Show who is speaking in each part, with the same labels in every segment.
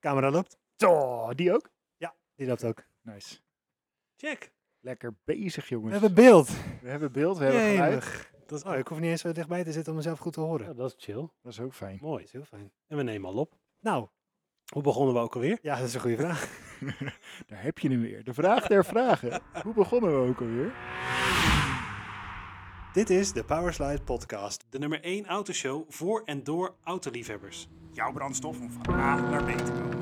Speaker 1: Camera loopt.
Speaker 2: Zo, die ook?
Speaker 1: Die loopt ook.
Speaker 2: Nice.
Speaker 1: Check.
Speaker 2: Lekker bezig, jongens.
Speaker 1: We hebben beeld.
Speaker 2: we hebben beeld, we hebben geluid. Oh.
Speaker 1: Jemig. Dat is, oh, ik hoef niet eens zo dichtbij te zitten om mezelf goed te horen.
Speaker 3: Ja, dat is chill.
Speaker 2: Dat is ook fijn.
Speaker 3: Mooi, is heel fijn. En we nemen al op.
Speaker 1: Nou,
Speaker 3: Hoe begonnen we ook alweer?
Speaker 1: ja, dat is een goede vraag.
Speaker 2: Daar heb je hem weer. De vraag der vragen. Hoe begonnen we ook alweer?
Speaker 1: Dit is de Powerslide podcast.
Speaker 3: De nummer 1 autoshow voor en door autoliefhebbers.
Speaker 4: jouw brandstof om van A naar B te komen.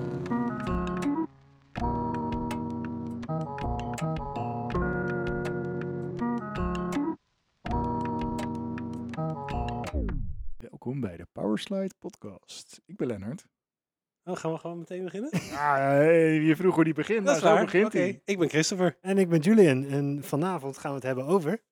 Speaker 2: Welkom bij de Powerslide podcast. Ik ben Lennart.
Speaker 3: Oh, gaan we gewoon meteen beginnen?
Speaker 2: Ah, hey, je vroeg hoe die begint.
Speaker 3: dat is
Speaker 2: nou,
Speaker 3: waar.
Speaker 2: Zo begint
Speaker 3: Oké,
Speaker 2: hij.
Speaker 3: ik ben Christopher.
Speaker 1: En ik ben Julian en vanavond gaan we het hebben over...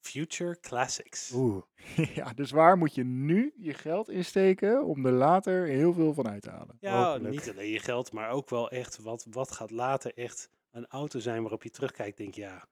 Speaker 3: Future Classics.
Speaker 1: Oeh.
Speaker 2: Ja, dus waar moet je nu je geld insteken om er later heel veel van uit te halen?
Speaker 3: Ja,
Speaker 1: hopelijk.
Speaker 3: niet alleen je geld, maar ook wel echt wat, wat gaat later echt een auto zijn waarop je terugkijkt. Denk je, ja,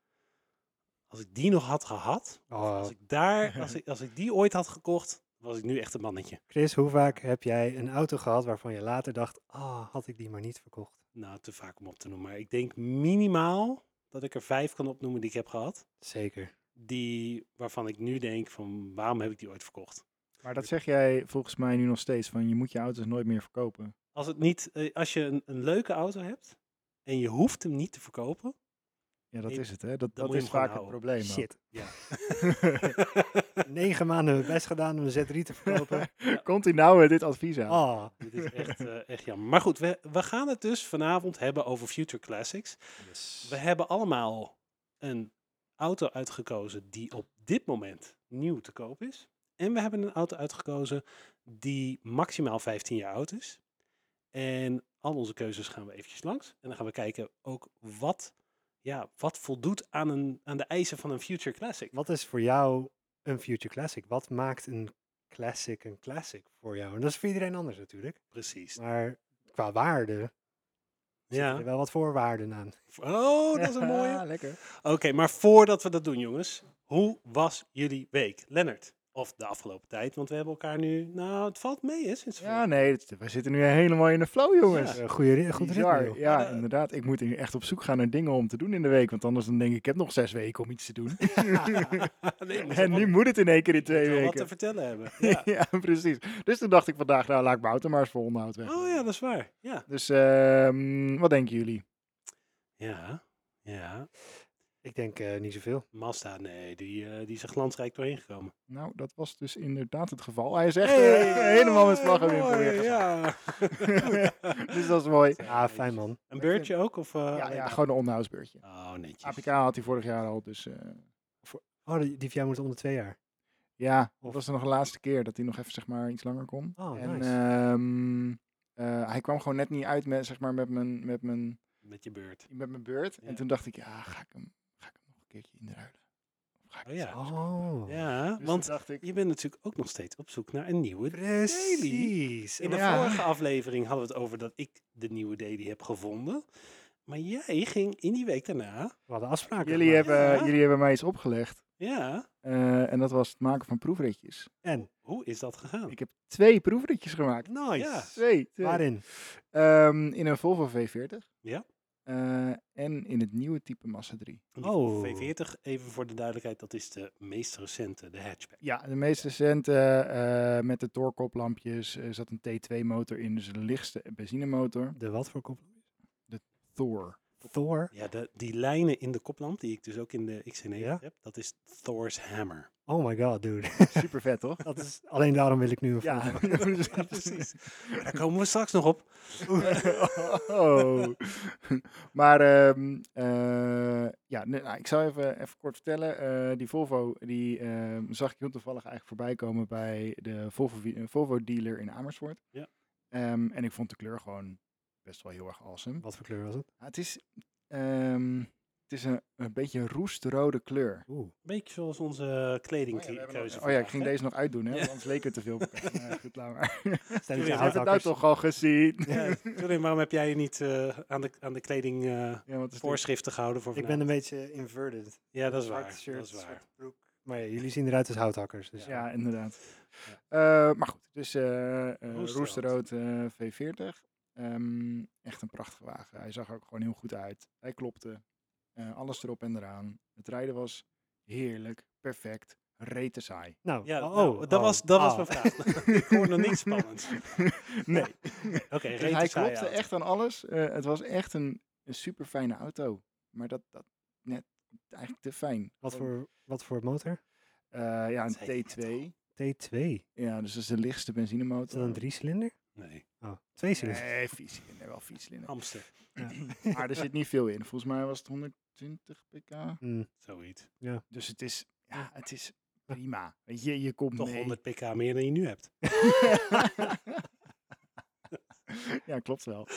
Speaker 3: als ik die nog had gehad, of
Speaker 1: Oh.
Speaker 3: als ik daar, als ik, als ik die ooit had gekocht, was ik nu echt een mannetje.
Speaker 1: Chris, hoe vaak heb jij een auto gehad waarvan je later dacht... Ah, had ik die maar niet verkocht.
Speaker 3: Nou, te vaak om op te noemen. Maar ik denk minimaal dat ik er vijf kan opnoemen die ik heb gehad.
Speaker 1: Zeker.
Speaker 3: Die waarvan ik nu denk van waarom heb ik die ooit verkocht?
Speaker 2: Maar dat zeg jij volgens mij nu nog steeds, van je moet je auto's nooit meer verkopen.
Speaker 3: Als, het niet, eh, als je een, een leuke auto hebt en je hoeft hem niet te verkopen.
Speaker 2: Ja, dat
Speaker 3: Nee,
Speaker 2: is het, hè? Dat,
Speaker 3: dan
Speaker 2: dat
Speaker 3: moet je
Speaker 2: is
Speaker 3: hem
Speaker 2: vaak
Speaker 3: gewoon
Speaker 2: het probleem. ook.
Speaker 1: Shit.
Speaker 3: Ja.
Speaker 1: Negen maanden mijn best gedaan om een Z3 te verkopen.
Speaker 2: Komt hij nou met dit advies aan?
Speaker 3: Oh,
Speaker 1: Ah,
Speaker 3: Dit is echt, eh, echt jammer. Maar goed, we, we gaan het dus vanavond hebben over Future Classics.
Speaker 2: Oh,
Speaker 3: We hebben allemaal een auto uitgekozen die op dit moment nieuw te koop is. En we hebben een auto uitgekozen die maximaal 15 jaar oud is. En al onze keuzes gaan we eventjes langs. En dan gaan we kijken ook wat, ja, wat voldoet aan, een, aan de eisen van een Future Classic.
Speaker 1: Wat is voor jou een future classic? Wat maakt een classic een classic voor jou? En dat is voor iedereen anders natuurlijk.
Speaker 3: Precies.
Speaker 1: Maar qua waarde zitten
Speaker 3: Ja.
Speaker 1: er wel wat voorwaarden aan.
Speaker 3: Oh, dat is een mooie.
Speaker 2: lekker.
Speaker 3: Oké, maar voordat we dat doen, jongens, hoe was jullie week, Lennart? Of de afgelopen tijd, want we hebben elkaar nu. Nou, het valt mee, hè? Sinds
Speaker 2: Ja, nee, het- we zitten nu helemaal in de flow, jongens.
Speaker 1: Eh, Goeie, ri- goed ritme.
Speaker 2: Bizar.
Speaker 1: joh.
Speaker 2: Ja,
Speaker 3: Maar, eh,
Speaker 2: inderdaad. Ik moet nu echt op zoek gaan naar dingen om te doen in de week. Want anders dan denk ik, ik heb nog zes weken om iets te doen. en nu moet het in één keer in twee
Speaker 3: wat te
Speaker 2: weken.
Speaker 3: vertellen hebben. Ja.
Speaker 2: Ja, precies. Dus toen dacht ik vandaag, nou laat ik mijn auto maar eens voor onderhoud weg.
Speaker 3: Oh ja, dat is waar. Ja.
Speaker 2: Dus ehm, wat denken jullie?
Speaker 3: Ja. Ja.
Speaker 1: Ik denk eh, niet zoveel.
Speaker 3: Mazda, nee, die, eh, die is er glansrijk doorheen gekomen.
Speaker 2: Nou, dat was dus inderdaad het geval. Hij is echt eh, helemaal met vlaggen weer
Speaker 3: Mooi,
Speaker 2: weer gegaan.
Speaker 3: Ja.
Speaker 2: Dus dat is mooi.
Speaker 1: Ah, fijn man.
Speaker 3: Een beurtje ook? Of, eh,
Speaker 2: Ja,
Speaker 3: alleen
Speaker 2: ja,
Speaker 3: maar-
Speaker 2: gewoon een onderhoudsbeurtje.
Speaker 3: Oh, netjes.
Speaker 2: APK had hij vorig jaar al, dus eh,
Speaker 1: Oh, die die van jou moet onder twee jaar.
Speaker 2: ja,
Speaker 1: Of-
Speaker 2: dat was nog de laatste keer dat hij nog even zeg maar iets langer kon.
Speaker 1: Oh,
Speaker 2: en
Speaker 1: nice.
Speaker 2: ehm, eh, hij kwam gewoon net niet uit met, zeg maar, met, mijn, met, mijn,
Speaker 3: Met je beurt.
Speaker 2: met mijn beurt.
Speaker 3: Ja.
Speaker 2: En toen dacht ik, ja, ga ik hem, ga ik hem nog een keertje inruilen? Of ga ik
Speaker 3: Oh
Speaker 2: het
Speaker 3: ja.
Speaker 2: zelf kopen?
Speaker 1: Oh,
Speaker 3: Ja,
Speaker 2: Dus
Speaker 3: want
Speaker 2: toen dacht ik,
Speaker 3: je bent natuurlijk ook nog steeds op zoek naar een nieuwe
Speaker 1: precies. Oh
Speaker 3: In de
Speaker 2: Ja.
Speaker 3: vorige aflevering hadden we het over dat ik de nieuwe daily heb gevonden. Maar jij ging in die week daarna.
Speaker 1: We hadden afspraken
Speaker 2: jullie
Speaker 1: gemaakt.
Speaker 2: hebben,
Speaker 3: Ja.
Speaker 2: jullie hebben mij iets opgelegd.
Speaker 3: Ja,
Speaker 2: eh, en dat was het maken van proefritjes.
Speaker 1: En?
Speaker 3: hoe is dat gegaan?
Speaker 2: Ik heb twee proefritjes gemaakt.
Speaker 1: Nice.
Speaker 2: Twee. twee.
Speaker 1: Waarin?
Speaker 2: Ehm, in een Volvo V40.
Speaker 3: Ja.
Speaker 2: Eh, en in het nieuwe type Massa 3.
Speaker 3: Die
Speaker 1: Oh.
Speaker 3: V40, even voor de duidelijkheid, dat is de meest recente, de hatchback.
Speaker 2: Ja, de meest recente eh, met de doorkoplampjes eh, zat een T2-motor in, dus de lichtste benzinemotor.
Speaker 1: De wat voor kop?
Speaker 2: Thor.
Speaker 1: Thor.
Speaker 3: Ja, de, die lijnen in de koplamp, die ik dus ook in de XC90
Speaker 1: Ja.
Speaker 3: heb, dat is Thor's Hammer.
Speaker 1: Oh my god, dude.
Speaker 2: Super vet, toch?
Speaker 1: Dat is, alleen daarom wil ik nu een foto.
Speaker 3: Ja, precies. Maar daar komen we straks nog op.
Speaker 2: oh. Maar ehm, eh, ja, nee, nou, ik zal even, even kort vertellen. Eh, die Volvo die, ehm, zag ik heel toevallig eigenlijk voorbij komen bij de Volvo, wie- eh, Volvo dealer in Amersfoort.
Speaker 3: Ja.
Speaker 2: Ehm, en ik vond de kleur gewoon best wel heel erg awesome.
Speaker 1: Wat voor kleur was het?
Speaker 2: Ja, het is, ehm, het is een, een beetje roestrode kleur.
Speaker 1: Oeh.
Speaker 3: Beetje zoals onze
Speaker 2: oh, ja,
Speaker 3: kledingkeuze.
Speaker 2: ik ging deze nog uitdoen, hè?
Speaker 3: Ja.
Speaker 2: want anders leek het te veel. op elkaar. Maar goed, laat maar.
Speaker 1: Stel je
Speaker 3: Ja,
Speaker 2: Je
Speaker 1: voor
Speaker 2: hebt het nou
Speaker 1: houthakkers.
Speaker 2: toch al gezien.
Speaker 3: Sorry, waarom heb jij je niet eh, aan, de, aan de kleding eh,
Speaker 2: Ja, want het is dit?
Speaker 3: voorschriften gehouden voor
Speaker 1: Ik ben
Speaker 3: vanavond?
Speaker 1: een beetje inverted.
Speaker 3: Ja, dat is
Speaker 1: Zwart
Speaker 3: waar.
Speaker 1: shirt,
Speaker 3: dat is waar.
Speaker 1: zwarte broek. Maar ja, jullie zien eruit als houthakkers. Dus
Speaker 2: Ja, inderdaad. Eh, maar goed, dus eh eh,
Speaker 3: Roesterrood.
Speaker 2: roesterrood eh, V40. Ehm, echt een prachtige wagen. Hij zag er ook gewoon heel goed uit. Hij klopte. Eh, alles erop en eraan. Het rijden was heerlijk, perfect, rete saai.
Speaker 1: Nou,
Speaker 3: Ja,
Speaker 1: oh,
Speaker 3: nou, dat
Speaker 1: oh,
Speaker 3: was, dat was
Speaker 1: ah.
Speaker 3: mijn vraag. Ik hoorde niks spannends.
Speaker 2: nee,
Speaker 3: Oké,
Speaker 1: Dus
Speaker 3: reet
Speaker 2: hij
Speaker 3: is saai
Speaker 2: klopte
Speaker 3: uit.
Speaker 2: echt aan alles. Eh, het was echt een, een super fijne auto. Maar dat, dat net eigenlijk te fijn.
Speaker 1: Wat
Speaker 2: Gewoon,
Speaker 1: voor, wat voor motor?
Speaker 2: eh, ja,
Speaker 3: Dat zei
Speaker 2: een
Speaker 3: ik net
Speaker 2: T2.
Speaker 1: T2.
Speaker 2: Ja, dus dat is de lichtste
Speaker 1: Is dat
Speaker 2: benzinemotor.
Speaker 1: een drie cilinder?
Speaker 3: Nee,
Speaker 1: Oh,
Speaker 2: Eh,
Speaker 1: twee cilinder.
Speaker 2: Nee, vier cilinder, wel vier cilinder.
Speaker 3: Amster,
Speaker 2: Maar er zit niet veel in. Volgens mij was het 120 pk.
Speaker 1: Mm,
Speaker 3: zoiets.
Speaker 2: Dus het is, ja, het is prima. Weet je, je komt
Speaker 3: Toch
Speaker 2: mee.
Speaker 3: 100 pk meer dan je nu hebt.
Speaker 2: ja, klopt wel.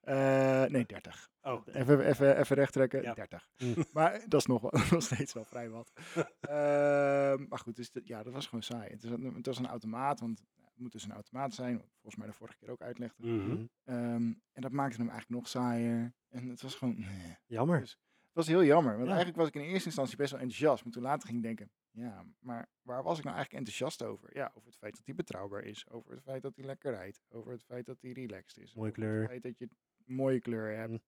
Speaker 2: Eh, nee, 30.
Speaker 3: Oh,
Speaker 2: Even, even, even recht trekken,
Speaker 3: Ja.
Speaker 2: 30.
Speaker 1: Mm.
Speaker 2: Maar dat is nog, wel- nog steeds wel vrij wat. Ehm, maar goed, dus dat- ja, dat was gewoon saai. Het was, een- het was een automaat, want het moet dus een automaat zijn. Wat ik volgens mij de vorige keer ook uitlegde.
Speaker 3: mhm.
Speaker 1: mm.
Speaker 2: Ehm, en dat maakte hem eigenlijk nog saaier. En het was gewoon... nee.
Speaker 1: jammer.
Speaker 2: Dus- Het was heel jammer, want
Speaker 1: Ja.
Speaker 2: eigenlijk was ik in eerste instantie best wel enthousiast. Maar toen later ging ik denken, ja, maar waar was ik nou eigenlijk enthousiast over? Ja, over het feit dat hij betrouwbaar is. Over het feit dat hij lekker rijdt. Over het feit dat hij relaxed is.
Speaker 1: Mooie
Speaker 2: over
Speaker 1: kleur.
Speaker 2: het feit dat je een mooie kleur hebt.
Speaker 1: Mm.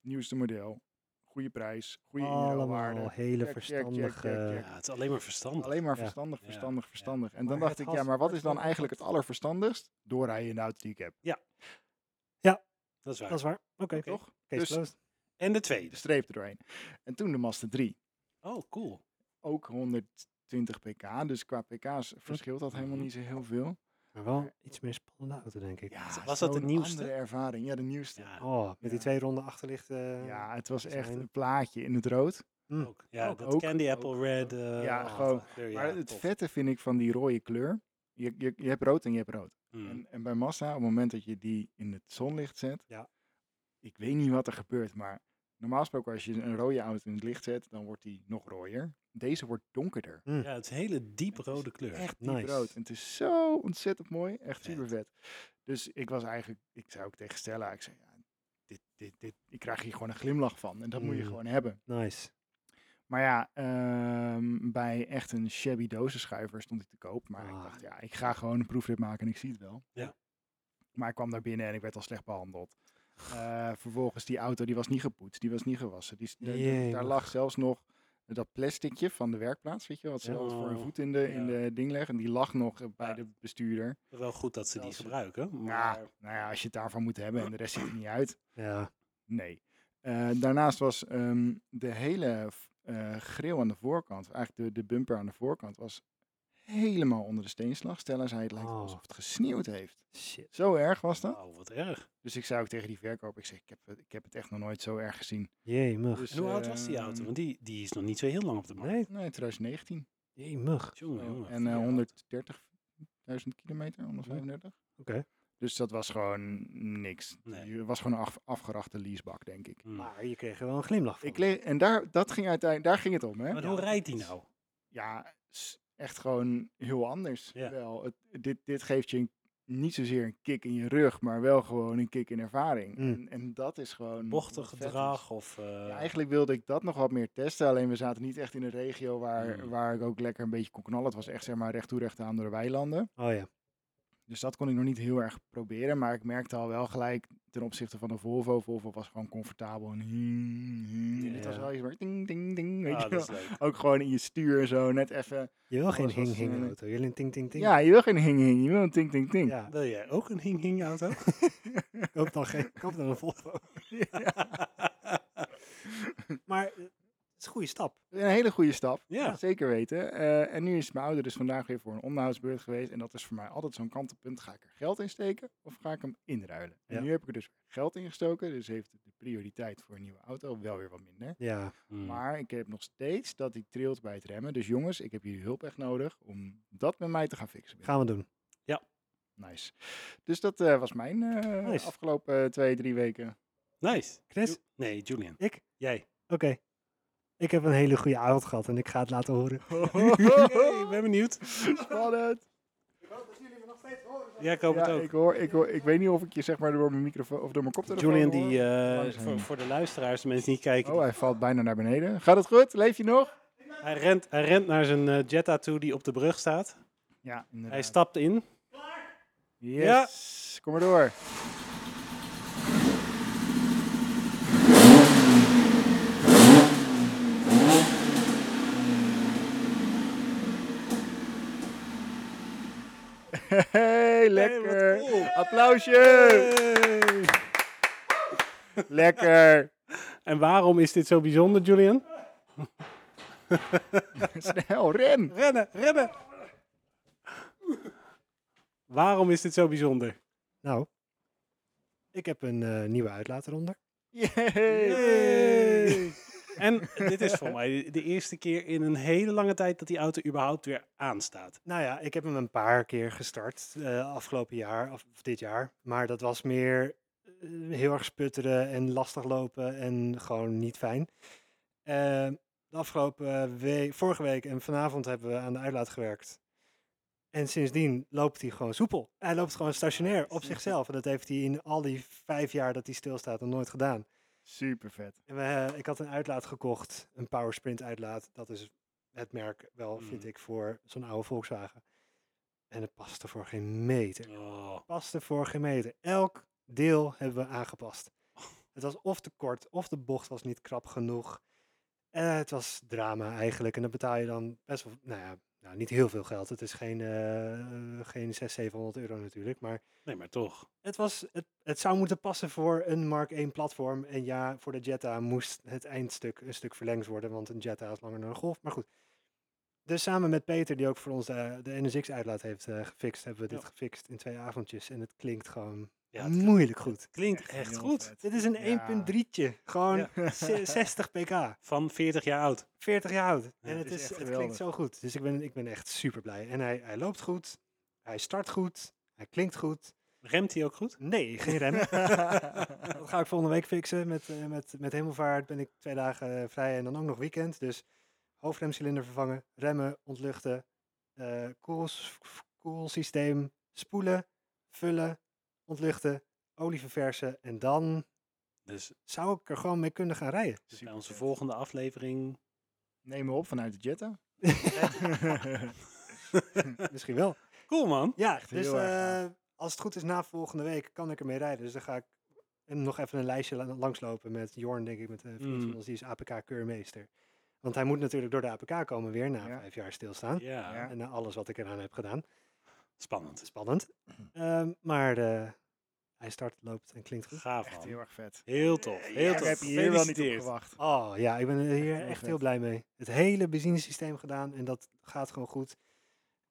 Speaker 2: Nieuwste model. Goede prijs. Goede
Speaker 1: Allemaal
Speaker 2: inruilwaarde.
Speaker 1: hele
Speaker 2: Check, check, check, check,
Speaker 1: verstandige...
Speaker 2: check.
Speaker 3: Ja, het is alleen maar verstandig.
Speaker 2: Alleen maar
Speaker 1: Ja.
Speaker 2: verstandig,
Speaker 3: Ja.
Speaker 2: verstandig,
Speaker 3: Ja.
Speaker 2: verstandig. En dan
Speaker 1: Maar
Speaker 2: dacht
Speaker 1: het
Speaker 2: ik, ja,
Speaker 1: had
Speaker 2: maar wat is dan
Speaker 1: verstandig
Speaker 2: eigenlijk het allerverstandigst? Doorrijden in de auto die ik heb.
Speaker 3: Dat is waar.
Speaker 1: Dat is waar. Oké,
Speaker 3: Oké.
Speaker 1: toch?
Speaker 2: Dus-
Speaker 1: Case closed.
Speaker 3: En de
Speaker 2: De dus.
Speaker 3: tweede.
Speaker 2: streep er doorheen. En toen de Mazda 3.
Speaker 3: Oh, cool.
Speaker 2: ook 120 pk. Dus qua pk's
Speaker 1: Hm.
Speaker 2: verschilt dat helemaal
Speaker 3: Mhm.
Speaker 2: niet zo heel veel.
Speaker 1: Maar wel iets meer spannende auto, denk ik.
Speaker 2: Ja,
Speaker 3: was dat de
Speaker 2: zo'n
Speaker 3: nieuwste?
Speaker 2: andere ervaring. Ja, de nieuwste. Ja,
Speaker 3: Ja,
Speaker 1: Oh, met die
Speaker 2: Ja.
Speaker 1: twee ronde achterlichten.
Speaker 2: het was echt
Speaker 1: zijn-
Speaker 2: een plaatje in het rood.
Speaker 1: Mm.
Speaker 3: ook. Ja,
Speaker 2: Ook,
Speaker 3: dat
Speaker 2: ook,
Speaker 3: Candy Apple
Speaker 2: ook,
Speaker 3: Red.
Speaker 2: ook.
Speaker 3: eh,
Speaker 2: Ja,
Speaker 3: oh,
Speaker 2: gewoon.
Speaker 3: wat kleur,
Speaker 2: maar
Speaker 3: ja,
Speaker 2: het
Speaker 3: tof.
Speaker 2: vette vind ik van die rode kleur. Je, je, je hebt rood en je hebt rood.
Speaker 3: Mm.
Speaker 2: En, en bij Mazda, op het moment dat je die in het zonlicht zet,
Speaker 1: Ja.
Speaker 2: ik weet niet wat er gebeurt, maar normaal gesproken als je een rode auto in het licht zet, dan wordt die nog rooier. Deze wordt donkerder.
Speaker 3: Ja, het is een hele diep rode kleur.
Speaker 2: Echt diep
Speaker 1: Nice.
Speaker 2: rood. En het is zo ontzettend mooi. Echt
Speaker 3: Vet.
Speaker 2: super vet. Dus ik was eigenlijk, ik zou ook tegen Stella, ik zei, ja, dit, dit, dit, ik krijg hier gewoon een glimlach van. En dat moet je
Speaker 1: Mm.
Speaker 2: gewoon hebben.
Speaker 1: Nice.
Speaker 2: Maar ja, ehm, bij echt een shabby dozenschuiver stond hij te koop. Maar ik
Speaker 1: Ah.
Speaker 2: dacht, ja, ik ga gewoon een proefrit maken en ik zie het wel.
Speaker 3: Ja.
Speaker 2: Maar ik kwam daar binnen en ik werd al slecht behandeld. Eh, vervolgens, die auto die was niet gepoetst, die was niet gewassen. Die, s- de- de- daar
Speaker 1: Jemig.
Speaker 2: lag zelfs nog dat plasticje van de werkplaats, weet je, wat ze
Speaker 1: Ja.
Speaker 2: altijd voor hun
Speaker 3: Oh,
Speaker 2: voet in de, in
Speaker 3: ja.
Speaker 2: de ding leggen. En die lag nog eh, bij
Speaker 3: Ja.
Speaker 2: de bestuurder.
Speaker 3: Wel goed dat ze die
Speaker 2: Als-
Speaker 3: gebruiken.
Speaker 2: Ja,
Speaker 3: Maar
Speaker 2: nou ja, als je het daarvan moet hebben en de rest ziet er niet uit,
Speaker 1: Ja.
Speaker 2: nee. Eh, daarnaast was ehm, de hele v- eh gril aan de voorkant, eigenlijk de, de bumper aan de voorkant, was helemaal onder de steenslag. Stella zei, het lijkt wel
Speaker 1: Oh.
Speaker 2: alsof het gesneeuwd heeft.
Speaker 1: Shit.
Speaker 2: Zo erg was dat.
Speaker 3: Oh, wat erg.
Speaker 2: Dus ik zei ook tegen die verkoper, ik zeg, ik heb, het- ik heb het echt nog nooit zo erg gezien.
Speaker 1: Jemig.
Speaker 2: Dus,
Speaker 3: En hoe oud was die auto?
Speaker 2: ehm,
Speaker 3: Want die, die is nog niet zo heel lang op de markt.
Speaker 1: Nee.
Speaker 2: Nee, 2019.
Speaker 1: Jemig.
Speaker 3: Jongen,
Speaker 2: Oh,
Speaker 3: jongen,
Speaker 2: en eh,
Speaker 3: vier auto's.
Speaker 2: 130.000 kilometer, 135.
Speaker 1: Oké.
Speaker 2: Dus dat was gewoon niks.
Speaker 3: Nee.
Speaker 2: Je was gewoon een af, afgerachte leasebak, denk ik.
Speaker 3: Mm.
Speaker 1: Maar je kreeg er wel een glimlach van.
Speaker 2: ik le- en daar, dat ging uiteindelijk, daar ging het om, hè?
Speaker 3: Maar hoe rijdt die
Speaker 2: Mm,
Speaker 3: nou?
Speaker 2: Ja, s- echt gewoon heel anders.
Speaker 3: Ja.
Speaker 2: Wel, het, dit, dit geeft je een- niet zozeer een kick in je rug, maar wel gewoon een kick in ervaring.
Speaker 1: Mm.
Speaker 2: En, en dat is gewoon... wat vet
Speaker 3: Bochtig
Speaker 2: is.
Speaker 3: gedrag of... eh,
Speaker 2: Ja, eigenlijk wilde ik dat nog wat meer testen. Alleen we zaten niet echt in een regio waar,
Speaker 3: Mm.
Speaker 2: waar ik ook lekker een beetje kon knallen. Het was echt zeg maar recht toe recht aan door de weilanden.
Speaker 1: Oh ja.
Speaker 2: Dus dat kon ik nog niet heel erg proberen. Maar ik merkte al wel gelijk ten opzichte van de Volvo. Volvo was gewoon comfortabel. En hmm, hmm. Dit was
Speaker 1: Ja.
Speaker 2: wel iets meer ding, ding, ding. Weet
Speaker 3: ah,
Speaker 2: je
Speaker 3: dat
Speaker 2: wel.
Speaker 3: is leuk.
Speaker 2: Ook gewoon in je stuur en zo. Net even.
Speaker 1: Je wil geen
Speaker 2: Alles was,
Speaker 1: hing-hing
Speaker 2: eh,
Speaker 1: auto. Je wil een ting-ting-ting.
Speaker 2: Ja, je wil geen hing, hing. Je wil een ting, ting, ting.
Speaker 1: ja.
Speaker 3: Wil jij ook een hing-hing auto?
Speaker 1: Koop dan, geen, koop dan een Volvo. Maar eh, het is een goede stap.
Speaker 2: Een hele goede stap.
Speaker 3: ja.
Speaker 2: Zeker weten. Eh, en nu is mijn ouder dus vandaag weer voor een onderhoudsbeurt geweest. En dat is voor mij altijd zo'n kantelpunt. Ga ik er geld in steken of ga ik hem inruilen? En
Speaker 1: Ja.
Speaker 2: nu heb ik er dus geld in gestoken. Dus heeft de prioriteit voor een nieuwe auto wel weer wat minder.
Speaker 1: Ja.
Speaker 3: Mm.
Speaker 2: Maar ik heb nog steeds dat hij trilt bij het remmen. Dus jongens, ik heb jullie hulp echt nodig om dat met mij te gaan fixen.
Speaker 1: Gaan we doen.
Speaker 2: Nice. Dus dat eh, was mijn eh,
Speaker 1: Nice.
Speaker 2: afgelopen eh, twee, drie weken.
Speaker 3: Nice.
Speaker 1: Chris?
Speaker 3: Ju- nee, Julian.
Speaker 1: Ik?
Speaker 3: Jij.
Speaker 1: Oké. Ik heb een hele goede avond gehad en ik ga het laten horen.
Speaker 3: Oké, ik ben benieuwd.
Speaker 2: Spannend.
Speaker 3: Jij koopt
Speaker 2: Ja,
Speaker 3: het ook.
Speaker 2: ik, hoor, ik hoor, ik weet niet of ik je zeg maar door mijn microfoon of door mijn koptelefoon
Speaker 3: Julian,
Speaker 2: hoor.
Speaker 3: die, eh,
Speaker 2: Langzaam.
Speaker 3: voor, voor de luisteraars, de mensen die niet kijken,
Speaker 2: Oh, hij valt bijna naar beneden. Gaat het goed? Leef je nog?
Speaker 3: hij, rent, hij rent naar zijn eh, Jetta toe die op de brug staat.
Speaker 2: Ja, inderdaad.
Speaker 3: Hij stapt in.
Speaker 2: Yes. Kom maar door. Hey,
Speaker 3: Hey,
Speaker 2: lekker.
Speaker 3: wat cool.
Speaker 2: Applausje. Lekker.
Speaker 3: En waarom is dit zo bijzonder, Julian?
Speaker 2: Snel, ren.
Speaker 3: Rennen, rennen! Waarom is dit zo bijzonder?
Speaker 1: Nou, ik heb een eh, nieuwe uitlaat eronder.
Speaker 2: Yay.
Speaker 3: En dit is voor mij de eerste keer in een hele lange tijd dat die auto überhaupt weer aanstaat.
Speaker 1: Nou ja, ik heb hem een paar keer gestart eh, afgelopen jaar of, of dit jaar. Maar dat was meer eh, heel erg sputteren en lastig lopen en gewoon niet fijn. Eh, de afgelopen week, vorige week en vanavond hebben we aan de uitlaat gewerkt. En sindsdien loopt hij gewoon soepel. Hij loopt gewoon stationair op zichzelf. En dat heeft hij in al die vijf jaar dat hij stilstaat nog nooit gedaan.
Speaker 2: Super vet.
Speaker 1: En we, eh, ik had een uitlaat gekocht, een Powersprint uitlaat. Dat is het merk wel, vind
Speaker 3: Mhm.
Speaker 1: ik, voor zo'n oude Volkswagen. En het paste voor geen meter.
Speaker 3: Oh,
Speaker 1: Paste voor geen meter. Elk deel hebben we aangepast. Het was of te kort, of de bocht was niet krap genoeg. Eh, het was drama eigenlijk. En dan betaal je dan best wel, nou ja, nou, niet heel veel geld. Het is geen, eh geen 600, 700 euro natuurlijk. Maar
Speaker 3: nee, maar toch.
Speaker 1: het, was, het, het zou moeten passen voor een Mark 1 platform. En ja, voor de Jetta moest het eindstuk een stuk verlengd worden, want een Jetta is langer dan een Golf. Maar goed. Dus samen met Peter, die ook voor ons de, de NSX-uitlaat heeft eh, gefixt, hebben we dit
Speaker 3: Ja.
Speaker 1: gefixt in twee avondjes. En het klinkt gewoon
Speaker 3: Ja, het klinkt-
Speaker 1: moeilijk goed.
Speaker 3: Klinkt echt,
Speaker 2: heel
Speaker 3: goed.
Speaker 2: vet.
Speaker 1: Dit is een
Speaker 2: Ja.
Speaker 1: 1.3'tje. Gewoon ze- 60 pk.
Speaker 3: Van 40 jaar oud.
Speaker 1: 40 jaar oud. En
Speaker 3: het
Speaker 1: het,
Speaker 2: is
Speaker 1: is,
Speaker 2: echt
Speaker 1: het
Speaker 2: geweldig.
Speaker 1: klinkt zo goed. Dus ik ben, ik ben echt super blij. En hij, hij loopt goed. Hij start goed. Hij klinkt goed.
Speaker 3: Remt hij ook goed?
Speaker 1: Nee, geen rem. Dat ga ik volgende week fixen. Met, eh, met, met hemelvaart ben ik twee dagen eh, vrij en dan ook nog weekend. Dus hoofdremcilinder vervangen, remmen, ontluchten, eh koels, koelsysteem, spoelen, vullen, ontluchten, olie verversen. En dan
Speaker 3: Dus
Speaker 1: zou ik er gewoon mee kunnen gaan rijden.
Speaker 3: dus bij onze volgende aflevering.
Speaker 2: Neem me op vanuit de Jetta.
Speaker 1: Misschien wel.
Speaker 3: Cool man.
Speaker 1: Ja,
Speaker 2: Echt
Speaker 1: dus
Speaker 2: heel erg gaaf.
Speaker 1: eh, als het goed is na volgende week kan ik ermee rijden. Dus dan ga ik hem nog even een lijstje la- langslopen met Jorn, denk ik, met een vriend
Speaker 3: Mm.
Speaker 1: van ons. Die is APK-keurmeester. Want hij moet natuurlijk door de APK komen weer na
Speaker 2: Ja.
Speaker 1: vijf jaar stilstaan.
Speaker 3: Ja,
Speaker 2: Ja.
Speaker 1: En na alles wat ik eraan heb gedaan.
Speaker 3: spannend.
Speaker 1: Spannend. Ehm, maar eh, hij start, loopt en klinkt goed.
Speaker 3: Gaaf
Speaker 2: Echt
Speaker 3: man.
Speaker 2: heel erg vet.
Speaker 3: Heel tof. Heel
Speaker 2: Ik
Speaker 3: tof.
Speaker 2: heb hier wel niet op
Speaker 3: Gefeliciteerd.
Speaker 2: gewacht.
Speaker 1: Oh ja, ik ben er hier
Speaker 2: heel
Speaker 1: echt
Speaker 2: vet.
Speaker 1: heel blij mee. Het hele benzinesysteem gedaan en dat gaat gewoon goed.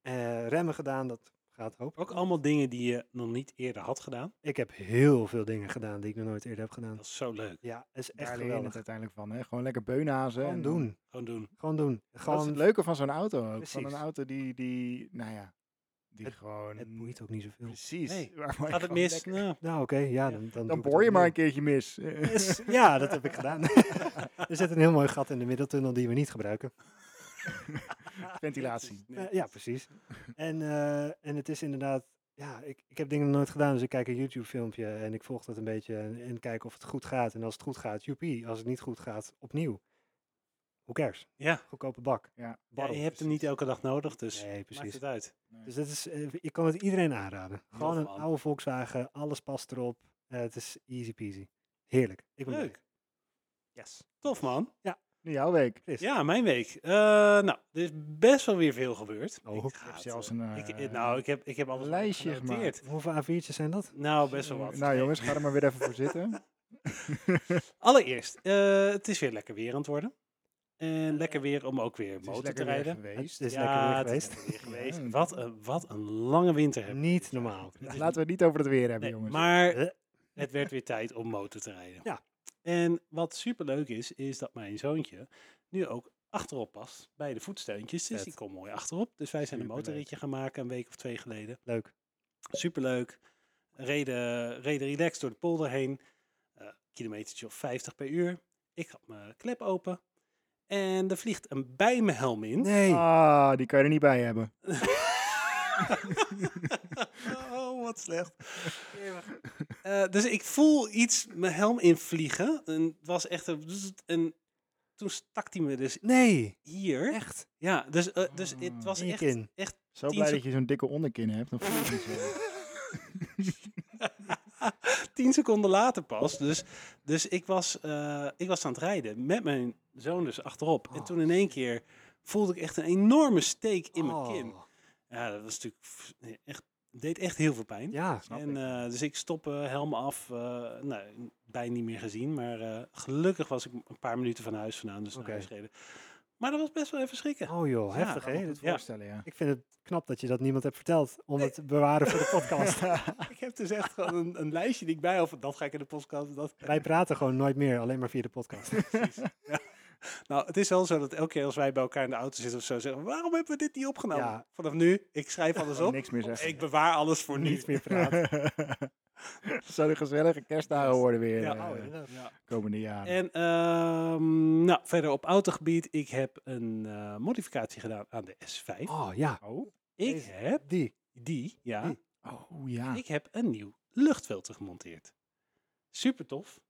Speaker 1: Eh, remmen gedaan, dat gaat hoop.
Speaker 3: Ook allemaal dingen die je nog niet eerder had gedaan.
Speaker 1: Ik heb heel veel dingen gedaan die ik nog nooit eerder heb gedaan.
Speaker 3: Dat is zo leuk.
Speaker 1: Ja, het is echt
Speaker 2: Daar leer je het
Speaker 1: geweldig.
Speaker 2: uiteindelijk van. Hè? Gewoon lekker beunhazen.
Speaker 1: Gewoon
Speaker 2: en-
Speaker 1: doen.
Speaker 3: Gewoon doen.
Speaker 2: Oh
Speaker 1: Gewoon doen.
Speaker 2: Dat is
Speaker 1: Gewoon,
Speaker 2: het
Speaker 1: het,
Speaker 2: leuke van zo'n auto ook. Van een
Speaker 1: Precies.
Speaker 2: auto die, die nou ja, die gewoon...
Speaker 1: boeit ook niet zoveel.
Speaker 2: Precies.
Speaker 3: Nee.
Speaker 2: waarvan je
Speaker 3: Gaat het
Speaker 2: gewoon
Speaker 3: mis?
Speaker 2: lekker-
Speaker 3: Nou,
Speaker 1: Nou, oké, ja, dan, dan,
Speaker 2: Dan
Speaker 1: doe ik het
Speaker 2: boor je maar een
Speaker 1: opnieuw.
Speaker 2: keertje mis.
Speaker 1: Yes, ja, dat heb ik gedaan. er zit een heel mooi gat in de middeltunnel die we niet gebruiken.
Speaker 2: Ventilatie.
Speaker 1: Eh, ja, precies. En, eh, en het is inderdaad, ja, ik, ik heb dingen nog nooit gedaan, dus ik kijk een YouTube-filmpje en ik volg dat een beetje en, en kijk of het goed gaat. En als het goed gaat, joepie. Als het niet goed gaat, opnieuw. Hoe cares?
Speaker 3: Ja.
Speaker 1: Goedkope bak.
Speaker 2: Ja.
Speaker 3: Ja,
Speaker 1: Barrel.
Speaker 3: je hebt hem niet elke dag nodig, dus
Speaker 1: Nee,
Speaker 3: maakt
Speaker 1: precies.
Speaker 3: het uit.
Speaker 1: Dus dat is, eh, ik kan het iedereen aanraden. Gewoon een
Speaker 3: man.
Speaker 1: oude Volkswagen, alles past erop. Eh, het is easy peasy. Heerlijk. Ik ben
Speaker 3: Leuk.
Speaker 1: leuk. Yes.
Speaker 3: Tof man.
Speaker 2: Nu jouw week.
Speaker 1: Chris.
Speaker 3: Ja, mijn week. Eh, nou, er is best wel weer veel gebeurd.
Speaker 1: Oh,
Speaker 3: ik
Speaker 1: ik
Speaker 3: ga
Speaker 2: heb
Speaker 3: het,
Speaker 2: zelfs
Speaker 3: eh,
Speaker 2: een,
Speaker 3: ik,
Speaker 2: eh,
Speaker 3: eh, nou, ik heb, ik heb alles
Speaker 2: lijstje
Speaker 3: genoteerd.
Speaker 1: Hoeveel A4'tjes zijn dat?
Speaker 3: Nou, best wel wat.
Speaker 2: Nou jongens, ga er maar weer even voor zitten.
Speaker 3: Allereerst, eh, het is weer lekker weer aan het worden. En lekker weer om ook weer
Speaker 2: Eh, Het is
Speaker 3: motor te
Speaker 2: lekker weer
Speaker 3: rijden.
Speaker 2: geweest.
Speaker 1: Het is
Speaker 3: Ja,
Speaker 1: lekker weer
Speaker 3: het is
Speaker 1: geweest.
Speaker 3: lekker weer geweest.
Speaker 2: Ja.
Speaker 3: Wat, een, wat een lange winter hebben. we
Speaker 1: Niet
Speaker 3: dit jaar
Speaker 1: normaal.
Speaker 3: gehad. Het is
Speaker 2: Laten we het niet over het weer hebben,
Speaker 3: Nee,
Speaker 2: jongens.
Speaker 3: Maar
Speaker 1: Eh.
Speaker 3: het werd weer tijd om motor te rijden.
Speaker 1: Ja.
Speaker 3: En wat superleuk is, is dat mijn zoontje nu ook achterop past bij de voetsteuntjes. Dus
Speaker 1: Vet.
Speaker 3: die komt mooi achterop. Dus wij zijn een
Speaker 2: Superleuk.
Speaker 3: motorritje gaan maken een week of twee geleden.
Speaker 1: Leuk.
Speaker 3: Superleuk. Reden, reden relaxed door de polder heen. Eh kilometertje of 50 per uur. Ik had mijn klep open. En er vliegt een bijenhelm in.
Speaker 1: Nee.
Speaker 2: Ah, die kan je er niet bij hebben.
Speaker 3: oh, wat slecht. Eh, dus ik voel iets mijn helm invliegen. En het was echt een... zzzt, En toen stak hij me dus
Speaker 1: Nee.
Speaker 3: hier.
Speaker 1: Echt.
Speaker 3: Ja, dus, eh, dus het was
Speaker 1: Ah.
Speaker 3: echt,
Speaker 1: Ekin.
Speaker 3: echt...
Speaker 2: Zo
Speaker 3: Tien
Speaker 2: blij
Speaker 3: sec-
Speaker 2: dat je zo'n dikke onderkin hebt. Dan voel je het niet zo.
Speaker 3: Tien seconden later pas. Dus, dus ik, was, eh, ik was aan het rijden met mijn zoon dus achterop. En
Speaker 1: Oh.
Speaker 3: toen in één keer voelde ik echt een enorme steek in mijn kin.
Speaker 1: Oh.
Speaker 3: Ja, dat was natuurlijk f- echt deed echt heel veel pijn.
Speaker 1: Ja,
Speaker 2: Snap
Speaker 3: en,
Speaker 2: ik.
Speaker 3: eh, dus ik stop eh, helm af. eh nou, bij niet meer gezien. Maar eh, gelukkig was ik een paar minuten van huis vandaan. Dus
Speaker 1: Oké.
Speaker 3: naar huis gereden. Maar dat was best wel even schrikken.
Speaker 1: oh joh,
Speaker 3: Ja,
Speaker 1: heftig
Speaker 2: kan me
Speaker 1: hè?
Speaker 2: goed
Speaker 3: Ja.
Speaker 2: voorstellen, ja.
Speaker 1: Ik vind het knap dat je dat niemand hebt verteld om het te bewaren voor de podcast.
Speaker 3: Ik heb dus echt gewoon een, een lijstje die ik bij of dat ga ik in de podcast. Dat.
Speaker 1: Wij praten gewoon nooit meer, alleen maar via de podcast.
Speaker 3: Nou, het is wel zo dat elke keer als wij bij elkaar in de auto zitten of zo zeggen, we, waarom hebben we dit niet opgenomen?
Speaker 1: Ja.
Speaker 3: Vanaf nu, ik schrijf alles
Speaker 2: Gewoon
Speaker 3: op.
Speaker 2: niks meer zeggen.
Speaker 3: Ik bewaar alles voor nu.
Speaker 1: Niets meer praten.
Speaker 2: Zouden gezellige kerstdagen worden weer
Speaker 3: Ja,
Speaker 2: eh,
Speaker 1: Oh, inderdaad.
Speaker 2: komende jaren.
Speaker 3: En ehm, nou, verder op autogebied, ik heb een eh, modificatie gedaan aan de S5.
Speaker 1: oh ja,
Speaker 2: Oh.
Speaker 3: ik
Speaker 1: deze.
Speaker 3: heb
Speaker 1: die.
Speaker 3: die, ja,
Speaker 1: Die.
Speaker 2: oh ja.
Speaker 1: Ah.
Speaker 3: ik heb een nieuw luchtfilter gemonteerd. Super tof.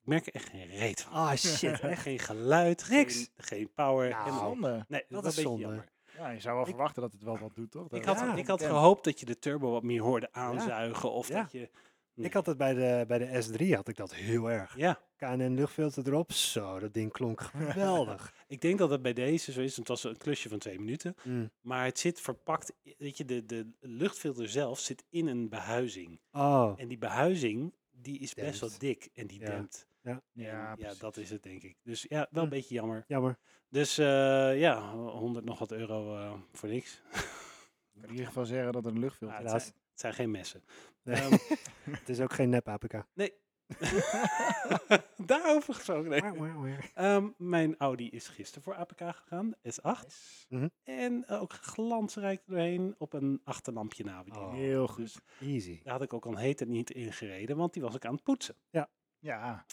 Speaker 3: Ik merk er echt geen reet van.
Speaker 1: Ah shit,
Speaker 3: Echt
Speaker 1: echt.
Speaker 3: geen geluid,
Speaker 1: Niks.
Speaker 3: Geen, geen power.
Speaker 1: Nou.
Speaker 3: helemaal-
Speaker 2: Zonde.
Speaker 3: Nee, dat,
Speaker 1: Dat
Speaker 3: is
Speaker 1: is
Speaker 3: een beetje
Speaker 1: zonde.
Speaker 3: jammer.
Speaker 2: Ja, je zou wel
Speaker 1: Ik-
Speaker 2: verwachten dat het wel wat doet, toch?
Speaker 3: Ik
Speaker 2: Dat-
Speaker 3: had,
Speaker 1: Ja,
Speaker 3: ik had
Speaker 2: bekend.
Speaker 3: gehoopt dat je de turbo wat meer hoorde aanzuigen. Of
Speaker 1: Ja.
Speaker 3: dat je... Nee.
Speaker 1: Ik had het bij de, bij de S3 had ik dat heel erg.
Speaker 3: Ja,
Speaker 1: KNN luchtfilter erop. Zo, dat ding klonk geweldig.
Speaker 3: ik denk dat het bij deze zo is. want Het was een klusje van twee minuten.
Speaker 1: Mm.
Speaker 3: Maar het zit verpakt... i- Weet je, de, de luchtfilter zelf zit in een behuizing.
Speaker 1: Oh,
Speaker 3: En die behuizing, die is best wel
Speaker 1: Dempt.
Speaker 3: dik. En die
Speaker 1: Ja.
Speaker 3: dempt. En
Speaker 2: Ja,
Speaker 3: ja
Speaker 2: precies.
Speaker 3: dat is het denk ik. Dus ja, wel een
Speaker 1: Mm.
Speaker 3: beetje jammer.
Speaker 1: jammer.
Speaker 3: Dus eh, ja, 100 nog wat euro eh, voor niks.
Speaker 2: Ik kan in ieder geval zeggen dat er een luchtfilter
Speaker 3: Ah,
Speaker 2: is.
Speaker 3: het,
Speaker 1: helaas.
Speaker 3: zijn, het zijn geen messen.
Speaker 1: Nee.
Speaker 3: Ehm,
Speaker 1: Het is ook geen nep APK.
Speaker 3: Daarover gesproken. nee.
Speaker 1: Waar, waar, waar.
Speaker 3: Ehm, mijn Audi is gisteren voor APK gegaan, S8.
Speaker 1: Mhm.
Speaker 3: En eh, ook glansrijk doorheen op een achterlampje navigeren.
Speaker 1: Oh,
Speaker 2: Heel goed.
Speaker 3: Dus
Speaker 1: Easy.
Speaker 3: daar had ik ook al heet het niet ingereden, want die was ik aan het poetsen.
Speaker 2: Ja.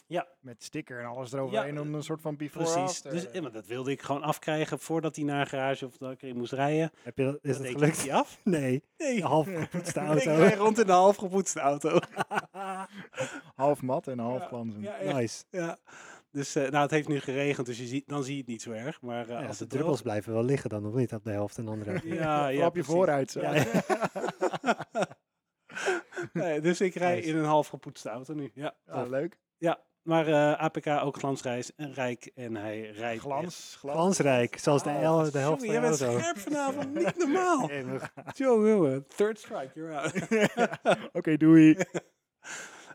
Speaker 3: Ja.
Speaker 2: Met sticker en alles eroverheen
Speaker 3: Ja,
Speaker 2: om een soort van before
Speaker 3: Precies.
Speaker 2: after,
Speaker 3: Dus,
Speaker 2: eh.
Speaker 3: eh, maar dat wilde ik gewoon afkrijgen voordat hij naar een garage of dat ik erin moest rijden.
Speaker 1: Heb je dat, is
Speaker 3: Dan
Speaker 1: dat
Speaker 3: deed ik
Speaker 1: gelukt?
Speaker 3: Die af?
Speaker 1: Nee,
Speaker 3: Nee.
Speaker 1: een half gepoetste
Speaker 3: ik
Speaker 1: auto.
Speaker 3: rijd rond in een half gepoetste auto.
Speaker 2: half mat en half
Speaker 3: Ja,
Speaker 2: glanzend.
Speaker 3: ja, echt.
Speaker 1: Nice.
Speaker 3: Ja. Dus eh, nou, het heeft nu geregend, dus je ziet, dan zie je het niet zo erg. Maar eh,
Speaker 1: Ja,
Speaker 3: als
Speaker 1: de
Speaker 3: het droog...
Speaker 1: druppels blijven wel liggen dan, of niet? Op de helft en de andere helft.
Speaker 3: Ja, ja,
Speaker 2: Vooral op je
Speaker 3: precies.
Speaker 2: vooruit. zo.
Speaker 1: Ja,
Speaker 3: Nee, dus ik rij
Speaker 1: Nice.
Speaker 3: in een half gepoetste auto nu. Ja.
Speaker 2: Ja, Ah, leuk.
Speaker 3: Maar eh, APK ook glansrijs en rijk en hij rijdt. echt.
Speaker 2: Glans. glans.
Speaker 1: Glansrijk, zoals de,
Speaker 3: Oh,
Speaker 1: el- de helft
Speaker 3: jongen,
Speaker 1: van de
Speaker 3: jij bent
Speaker 1: auto.
Speaker 3: scherp vanavond, niet normaal.
Speaker 1: Jemig.
Speaker 3: Jongen, jongen, third strike, you're out.
Speaker 2: Oké, doei.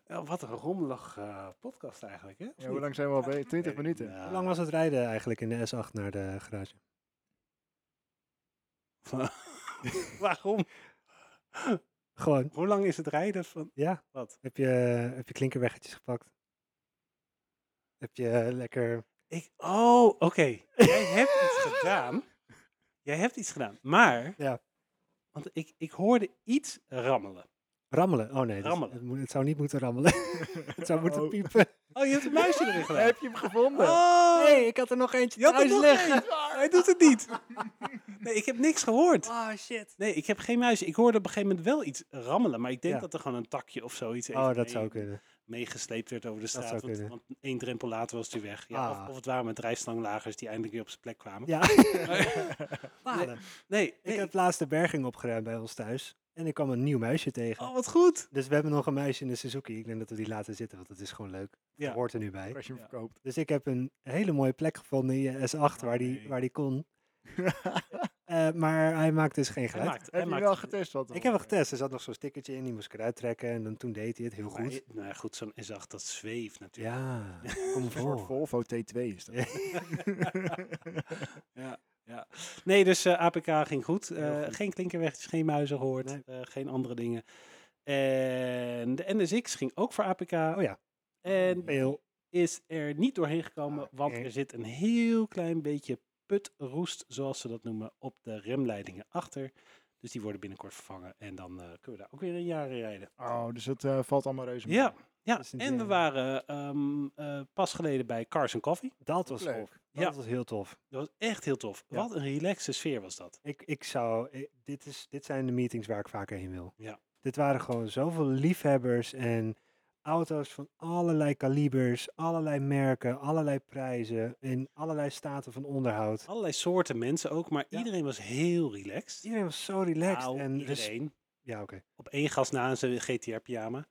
Speaker 3: Ja, wat een rommelig eh, podcast eigenlijk, hè?
Speaker 2: Ja, hoe lang zijn we al bij? 20 minuten.
Speaker 1: Hoe lang was het rijden eigenlijk in de S8 naar de garage?
Speaker 3: Waarom?
Speaker 1: Gewoon,
Speaker 3: Hoe lang is het rijden van
Speaker 1: ja.
Speaker 3: wat?
Speaker 1: Heb je, heb je klinkerweggetjes gepakt? Heb je eh, lekker...
Speaker 3: Ik, oh, oké. Jij hebt iets gedaan. Jij hebt iets gedaan. Maar,
Speaker 1: Ja.
Speaker 3: want ik, ik hoorde iets rammelen.
Speaker 1: Rammelen? Oh nee, dat-
Speaker 3: Rammelen.
Speaker 1: Het, moet- het zou niet moeten rammelen. het zou moeten
Speaker 2: Oh.
Speaker 1: piepen.
Speaker 3: Oh, je hebt een muisje erin gedaan.
Speaker 2: Heb je hem gevonden?
Speaker 3: Oh,
Speaker 1: Nee, ik had er nog eentje
Speaker 3: je had er
Speaker 1: thuis
Speaker 3: nog
Speaker 1: liggen.
Speaker 3: één. Hij doet het niet. Nee, ik heb niks gehoord.
Speaker 1: Oh shit.
Speaker 3: Nee, ik heb geen muisje. Ik hoorde op een gegeven moment wel iets rammelen, maar ik denk
Speaker 1: Ja.
Speaker 3: dat er gewoon een takje of zoiets even
Speaker 1: Oh, dat
Speaker 3: mee-
Speaker 1: zou kunnen.
Speaker 3: meegesleept werd over de
Speaker 1: zou
Speaker 3: straat. Want,
Speaker 1: kunnen.
Speaker 3: want één drempel later was hij weg. Ja, of,
Speaker 1: Ah.
Speaker 3: of het waren met rijstlanglagers die eindelijk weer op zijn plek kwamen.
Speaker 1: Ja.
Speaker 3: Nee,
Speaker 1: Paden.
Speaker 3: nee,
Speaker 1: Ik heb laatst de berging opgeruimd bij ons thuis. En ik kwam een nieuw muisje tegen.
Speaker 3: Oh, wat goed.
Speaker 1: Dus we hebben nog een muisje in de Suzuki. Ik denk dat we die laten zitten, want het is gewoon leuk.
Speaker 3: Ja.
Speaker 1: Dat hoort er nu bij.
Speaker 2: Als je hem
Speaker 3: Ja.
Speaker 2: verkoopt.
Speaker 1: Dus ik heb een hele mooie plek gevonden in je S8 waar, die,
Speaker 3: Ah, nee.
Speaker 1: waar die kon. Eh, maar hij maakt dus geen
Speaker 3: Hij
Speaker 1: geluid.
Speaker 3: maakt, hij
Speaker 2: Heb je
Speaker 3: maakt-
Speaker 2: wel getest wat?
Speaker 1: Ik heb hem getest. Er zat nog zo'n stickertje in, die moest ik eruit trekken. En dan, toen deed hij het heel
Speaker 3: Maar
Speaker 1: goed.
Speaker 3: je- nou ja, goed, zo'n S8 dat zweeft natuurlijk.
Speaker 1: Ja, kom
Speaker 2: Een soort
Speaker 1: voor.
Speaker 2: Volvo T2 is dat.
Speaker 1: Ja.
Speaker 3: Nee, dus eh, APK ging goed. Eh,
Speaker 1: goed.
Speaker 3: Geen klinkerwegjes, geen muizen gehoord,
Speaker 1: Nee.
Speaker 3: eh, geen andere dingen. En de NSX ging ook voor APK.
Speaker 1: Oh ja.
Speaker 3: En
Speaker 1: Heel.
Speaker 3: is er niet doorheen gekomen,
Speaker 1: Ah,
Speaker 3: want
Speaker 1: oké.
Speaker 3: er zit een heel klein beetje putroest, zoals ze dat noemen, op de remleidingen achter. Dus die worden binnenkort vervangen en dan eh, kunnen we daar ook weer een jaar in rijden.
Speaker 2: Oh, dus het eh, valt allemaal reuze mee.
Speaker 3: Ja, ja.
Speaker 1: Dus een
Speaker 3: en we
Speaker 1: ding.
Speaker 3: waren ehm, eh, pas geleden bij Cars and Coffee.
Speaker 1: Dat was
Speaker 2: Leuk.
Speaker 1: tof. Dat
Speaker 3: Ja.
Speaker 1: was heel tof.
Speaker 3: Dat was echt heel tof.
Speaker 1: Ja.
Speaker 3: Wat een relaxe sfeer was dat.
Speaker 1: Ik, ik zou, ik- dit, is, dit zijn de meetings waar ik vaker heen wil.
Speaker 3: Ja.
Speaker 1: Dit waren gewoon zoveel liefhebbers en auto's van allerlei kalibers, allerlei merken, allerlei prijzen en allerlei staten van onderhoud.
Speaker 3: Allerlei soorten mensen ook, maar
Speaker 1: Ja.
Speaker 3: iedereen was heel relaxed.
Speaker 1: Iedereen was zo relaxed.
Speaker 3: Nou,
Speaker 1: en dus res-
Speaker 3: iedereen.
Speaker 1: ja, oké.
Speaker 3: Op één gast na in zijn GTR-pyjama.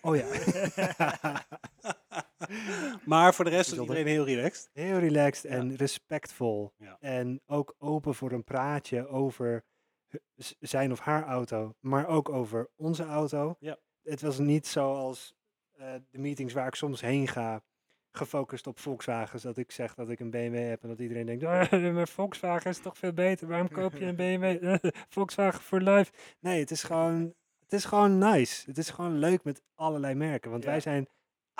Speaker 1: Oh ja.
Speaker 3: maar voor de rest was
Speaker 1: Bijzonder.
Speaker 3: iedereen heel relaxed.
Speaker 1: Heel relaxed
Speaker 3: Ja.
Speaker 1: en respectvol.
Speaker 3: Ja.
Speaker 1: En ook open voor een praatje over z- zijn of haar auto, maar ook over onze auto.
Speaker 3: Ja.
Speaker 1: Het was niet zoals eh, de meetings waar ik soms heen ga, gefocust op Volkswagens, dat ik zeg dat ik een BMW heb en dat iedereen denkt, "Ah, maar Volkswagen is toch veel beter, waarom koop je een BMW? Eh, Volkswagen for life. Nee, het is gewoon, het is gewoon nice. Het is gewoon leuk met allerlei merken, want
Speaker 2: Ja.
Speaker 1: wij zijn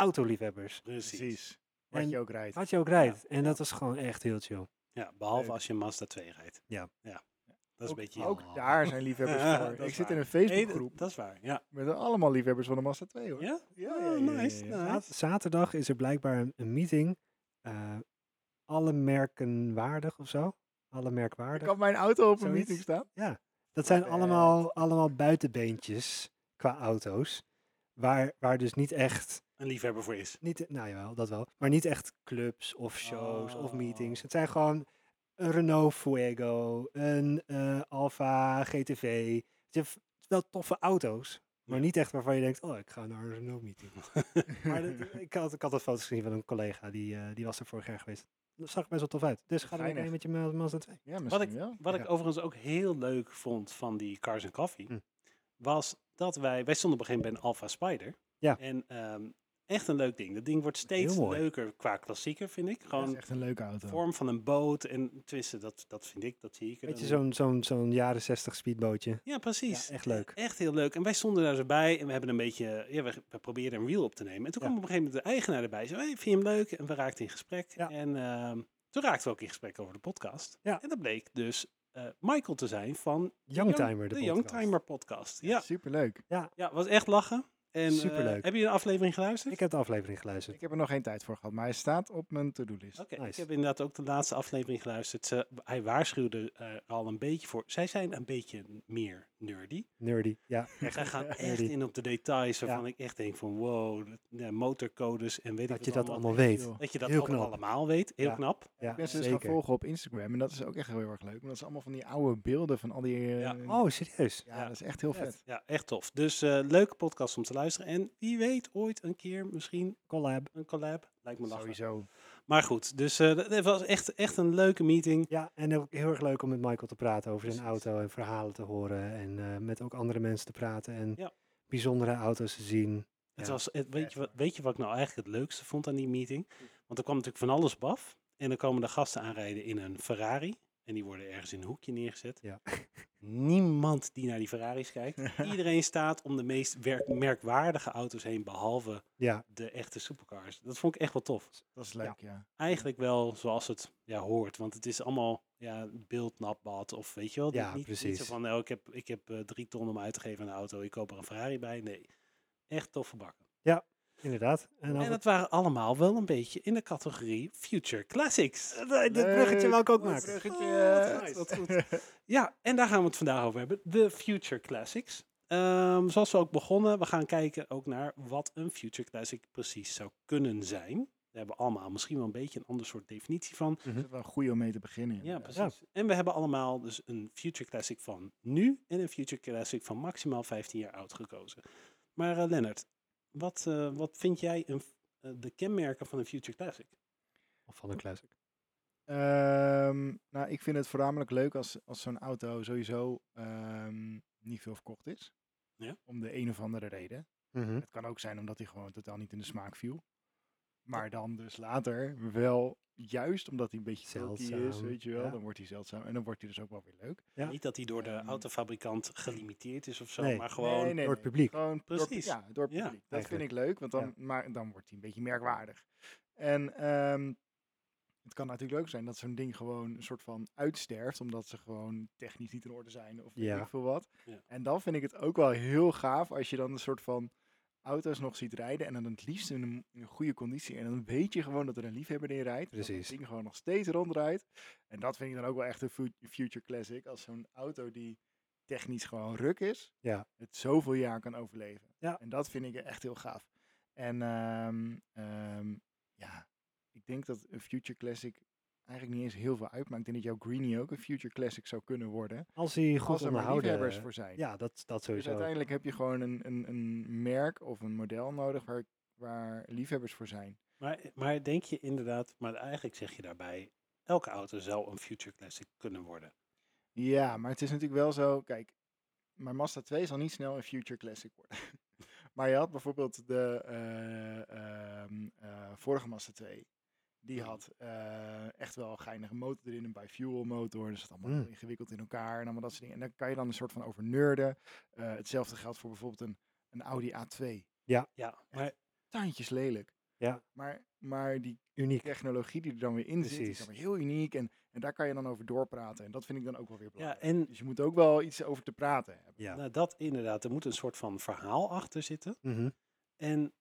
Speaker 1: autoliefhebbers.
Speaker 3: Precies.
Speaker 2: Wat
Speaker 1: En-
Speaker 2: je ook rijdt.
Speaker 1: Wat je ook rijdt. En dat was gewoon echt heel chill.
Speaker 3: Ja, behalve
Speaker 2: Leuk.
Speaker 3: als je een Mazda 2 rijdt.
Speaker 1: Ja.
Speaker 3: ja.
Speaker 2: ook,
Speaker 3: Dat is een beetje...
Speaker 2: ook daar zijn liefhebbers
Speaker 3: Ja,
Speaker 2: voor.
Speaker 3: dat
Speaker 2: Ik
Speaker 3: is
Speaker 2: zit in
Speaker 3: waar.
Speaker 2: een
Speaker 3: Nee, dat-
Speaker 2: Facebookgroep
Speaker 3: dat is waar. Ja.
Speaker 2: met allemaal liefhebbers van de Mazda 2 hoor.
Speaker 3: Ja?
Speaker 2: Ja,
Speaker 3: Oh,
Speaker 2: ja, ja, ja,
Speaker 3: nice.
Speaker 2: ja.
Speaker 1: Zaad-
Speaker 3: nice.
Speaker 1: Zaterdag is er blijkbaar een, een meeting. eh, alle merken waardig of zo. Alle merkwaardig.
Speaker 2: Kan mijn auto op een
Speaker 1: Zoiets.
Speaker 2: meeting staan?
Speaker 1: Dat zijn
Speaker 2: vet.
Speaker 1: allemaal, allemaal buitenbeentjes qua auto's. Waar, waar dus niet echt,
Speaker 3: Een liefhebber voor is.
Speaker 1: niet, nou jawel, dat wel. Maar niet echt clubs of shows of meetings.
Speaker 3: Oh.
Speaker 1: Het zijn gewoon een Renault Fuego, een eh, Alfa GTV. Het zijn v- wel toffe auto's. Maar
Speaker 3: Ja.
Speaker 1: niet echt waarvan je denkt, oh, ik ga naar een Renault meeting. Maar dat- eh, ik, had, ik had dat foto's gezien van een collega, die, eh, die was er vorig jaar geweest. Dat zag er best wel tof uit. Dus ga er
Speaker 2: Geinig.
Speaker 1: lekker heen met je Ma- Mazda 2.
Speaker 2: ja, misschien
Speaker 3: ik-
Speaker 2: wel.
Speaker 3: Wat
Speaker 1: Ja.
Speaker 3: ik overigens ook heel leuk vond van die Cars and Coffee,
Speaker 1: Hm.
Speaker 3: was dat wij, wij stonden op een gegeven moment bij een Alpha Spider.
Speaker 1: Ja.
Speaker 3: En ehm, echt een leuk ding. Dat ding wordt steeds
Speaker 1: Heel mooi.
Speaker 3: leuker qua klassieker, vind ik.
Speaker 2: Dat is
Speaker 3: Gewoon
Speaker 2: echt een leuke auto.
Speaker 1: eh,
Speaker 3: vorm van een boot en twisten, dat, dat vind ik, dat zie ik. er
Speaker 1: Weet je,
Speaker 3: dan in.
Speaker 1: zo'n zo'n zo'n jaren 60 speedbootje.
Speaker 3: Ja, precies.
Speaker 1: Ja, echt leuk.
Speaker 3: Echt heel leuk. En wij stonden daar zo bij en we hebben een beetje, ja, we, we probeerden een reel op te nemen. En toen
Speaker 1: Ja.
Speaker 3: kwam op een gegeven moment de eigenaar erbij. Zo, hey, vind je hem leuk? En we raakten in gesprek.
Speaker 1: Ja.
Speaker 3: En ehm, toen raakten we ook in gesprek over de podcast.
Speaker 1: Ja.
Speaker 3: En dat bleek dus eh, Michael te zijn van
Speaker 1: Youngtimer, de,
Speaker 3: de
Speaker 1: podcast.
Speaker 3: Youngtimer podcast. Ja,
Speaker 2: Superleuk.
Speaker 3: ja, was echt lachen. En, eh,
Speaker 1: Superleuk.
Speaker 3: heb je de aflevering geluisterd?
Speaker 1: Ik heb de aflevering geluisterd.
Speaker 2: Ik heb er nog geen tijd voor gehad, maar hij staat op mijn to-do-list.
Speaker 3: Oké, ik
Speaker 1: Nice.
Speaker 3: heb inderdaad ook de laatste aflevering geluisterd. Ze, hij waarschuwde eh, er al een beetje voor. Zij zijn een beetje meer nerdy.
Speaker 1: Nerdy, ja.
Speaker 3: Echt, Zij gaan echt
Speaker 1: nerdy.
Speaker 3: in op de details waarvan ik echt denk van wow, dat- ja, motorcodes en weet ik
Speaker 1: Dat je
Speaker 3: wat
Speaker 1: dat
Speaker 3: allemaal.
Speaker 1: allemaal weet.
Speaker 2: Joh.
Speaker 3: Dat je dat
Speaker 1: Heel
Speaker 3: allemaal,
Speaker 1: knap.
Speaker 3: allemaal weet. Heel
Speaker 1: Ja.
Speaker 3: knap.
Speaker 1: Ja,
Speaker 2: Ik ben ze dus gaan
Speaker 1: zeker.
Speaker 2: volgen op Instagram en dat is ook echt heel erg leuk. Want dat zijn allemaal van die oude beelden van al die... eh,
Speaker 3: Ja.
Speaker 2: ja.
Speaker 1: Oh, serieus?
Speaker 3: ja.
Speaker 2: dat is echt heel
Speaker 1: Vet.
Speaker 2: vet.
Speaker 3: Ja, echt tof. Dus eh, leuke podcast om te luisteren. En wie weet ooit een keer misschien
Speaker 1: Collab.
Speaker 3: een collab. Lijkt me lachen.
Speaker 2: Sowieso.
Speaker 3: Maar goed, dus eh, dat was echt, echt een leuke meeting.
Speaker 1: Ja, en ook heel erg leuk om met Michael te praten over zijn
Speaker 3: Precies.
Speaker 1: auto en verhalen te horen. En eh, met ook andere mensen te praten en
Speaker 3: Ja.
Speaker 1: bijzondere auto's te zien.
Speaker 3: Het
Speaker 1: Ja,
Speaker 3: was, het, weet,
Speaker 2: echt
Speaker 3: je wat, weet je wat ik nou eigenlijk het leukste vond aan die meeting? Want er kwam natuurlijk van alles op af. En dan komen de gasten aanrijden in een Ferrari. En die worden ergens in een hoekje neergezet.
Speaker 1: Ja.
Speaker 3: Niemand die naar die Ferraris kijkt. Iedereen staat om de meest werk- merkwaardige auto's heen, behalve
Speaker 1: Ja,
Speaker 3: de echte supercars. Dat vond ik echt wel tof.
Speaker 2: Dat is leuk, ja.
Speaker 3: Eigenlijk wel zoals het ja, hoort. Want het is allemaal ja, beeldnapbad of weet je wel.
Speaker 1: Ja,
Speaker 3: niet, niet
Speaker 1: precies.
Speaker 3: zo van, nou, ik heb, ik heb eh, drie ton om uit te geven aan de auto. Ik koop er een Ferrari bij. Nee, echt toffe bakken.
Speaker 1: inderdaad. En
Speaker 3: En
Speaker 1: over-
Speaker 3: dat waren allemaal wel een beetje in de categorie Future Classics. Eh,
Speaker 1: Eh, dit bruggetje
Speaker 2: Leuk.
Speaker 1: wil ik ook
Speaker 2: Mooi
Speaker 1: maken.
Speaker 2: bruggetje.
Speaker 3: Oh, wat goed, wat Ja, en daar gaan we het vandaag over hebben. De Future Classics. Ehm, zoals we ook begonnen, we gaan kijken ook naar wat een Future Classic precies zou kunnen zijn. Daar hebben we allemaal misschien wel een beetje een ander soort definitie van.
Speaker 1: Hm?
Speaker 2: Dat is wel een goeie om mee te beginnen.
Speaker 3: Ja,
Speaker 2: inderdaad.
Speaker 3: precies. En we hebben allemaal dus een Future Classic van nu en een Future Classic van maximaal 15 jaar oud gekozen. Maar eh, Lennart, wat, eh, wat vind jij een, f- eh, de kenmerken van een Future Classic?
Speaker 1: Of van een classic.
Speaker 2: Ehm, nou, ik vind het voornamelijk leuk als, als zo'n auto sowieso ehm, niet veel verkocht is.
Speaker 3: Ja.
Speaker 2: Om de een of andere reden.
Speaker 1: Mhm.
Speaker 2: Het kan ook zijn omdat hij gewoon totaal niet in de smaak viel. Maar dan dus later wel, juist omdat hij een beetje quirky is,
Speaker 1: Zeldzaam,
Speaker 2: weet je wel.
Speaker 1: ja.
Speaker 2: Dan wordt hij zeldzaam en dan wordt hij dus ook wel weer leuk.
Speaker 1: Ja.
Speaker 3: Niet dat die door de
Speaker 2: Ehm,
Speaker 3: autofabrikant gelimiteerd is of zo,
Speaker 1: nee.
Speaker 3: maar gewoon.
Speaker 2: nee, nee,
Speaker 1: Door het
Speaker 2: nee.
Speaker 1: publiek.
Speaker 2: Gewoon door het
Speaker 3: Precies.
Speaker 2: pub- ja, door het
Speaker 3: Ja,
Speaker 2: publiek. Dat vind
Speaker 1: eigenlijk.
Speaker 2: ik leuk, want dan, maar, dan wordt hij een beetje merkwaardig. En ehm, het kan natuurlijk leuk zijn dat zo'n ding gewoon een soort van uitsterft, omdat ze gewoon technisch niet in orde zijn of weet
Speaker 1: Ja.
Speaker 2: ik veel wat.
Speaker 3: Ja.
Speaker 2: En dan vind ik het ook wel heel gaaf als je dan een soort van auto's nog ziet rijden en dan het liefst in een, in een goede conditie. En dan weet je gewoon dat er een liefhebber in rijdt. Dat
Speaker 1: Precies.
Speaker 2: het ding gewoon nog steeds rondrijdt. En dat vind ik dan ook wel echt een fu- future classic, als zo'n auto die technisch gewoon ruk is,
Speaker 1: Ja.
Speaker 2: het zoveel jaar kan overleven.
Speaker 1: Ja.
Speaker 2: En dat vind ik echt heel gaaf. En ehm, ehm, ja, ik denk dat een Future Classic eigenlijk niet eens heel veel uitmaakt. Ik denk dat jouw Greenie ook een Future Classic zou kunnen worden.
Speaker 1: Als hij goed
Speaker 2: als er maar
Speaker 1: onderhouden
Speaker 2: liefhebbers voor zijn.
Speaker 1: Ja, dat, dat
Speaker 2: dus
Speaker 1: sowieso.
Speaker 2: uiteindelijk heb je gewoon een, een, een merk of een model nodig waar, waar liefhebbers voor zijn.
Speaker 3: Maar, maar denk je inderdaad, maar eigenlijk zeg je daarbij, elke auto zou een future classic kunnen worden.
Speaker 2: Ja, maar het is natuurlijk wel zo. Kijk, mijn Mazda 2 zal niet snel een future classic worden. maar je had bijvoorbeeld de eh, ehm, eh, vorige Mazda 2. Die had eh, echt wel een geinige motor erin, een bi-fuel motor. Dus het allemaal heel
Speaker 1: Mm.
Speaker 2: ingewikkeld in elkaar en allemaal dat soort dingen. En daar kan je dan een soort van over nerden. Eh, hetzelfde geldt voor bijvoorbeeld een, een Audi A2.
Speaker 3: Ja, maar
Speaker 2: Taantjes lelijk.
Speaker 1: Ja.
Speaker 2: Maar, maar die
Speaker 1: Uniek.
Speaker 2: technologie die er dan weer in zit, is
Speaker 1: Precies.
Speaker 2: dan weer heel uniek. En, en daar kan je dan over doorpraten. En dat vind ik dan ook wel weer
Speaker 3: ja,
Speaker 2: belangrijk.
Speaker 3: en
Speaker 2: Dus je moet ook wel iets over te praten hebben.
Speaker 1: Ja.
Speaker 3: nou, dat inderdaad, er moet een soort van verhaal achter zitten.
Speaker 1: Mhm.
Speaker 3: En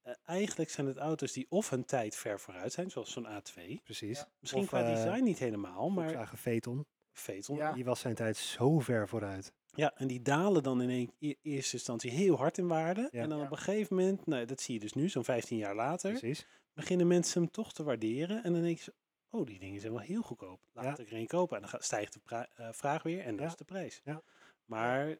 Speaker 3: eh, eigenlijk zijn het auto's die of hun tijd ver vooruit zijn, zoals zo'n A2.
Speaker 1: Precies.
Speaker 3: Misschien
Speaker 1: Of,
Speaker 3: qua
Speaker 1: eh,
Speaker 3: design niet helemaal, maar
Speaker 1: Volkswagen Phaeton.
Speaker 3: Veton.
Speaker 2: Ja.
Speaker 3: Ja.
Speaker 1: Die was zijn tijd zo ver vooruit.
Speaker 3: en die dalen dan in een, i- eerste instantie heel hard in waarde.
Speaker 1: Ja.
Speaker 3: En dan
Speaker 2: Ja.
Speaker 3: op een gegeven moment, nou, dat zie je dus nu, zo'n 15 jaar later,
Speaker 1: Precies.
Speaker 3: beginnen mensen hem toch te waarderen. En dan denk je, zo, oh, die dingen zijn wel heel goedkoop. Laat
Speaker 1: Ja.
Speaker 3: ik er een kopen. En dan gaat- stijgt de pra- eh, vraag weer en dan
Speaker 1: Ja.
Speaker 3: is de prijs.
Speaker 1: Ja.
Speaker 3: Maar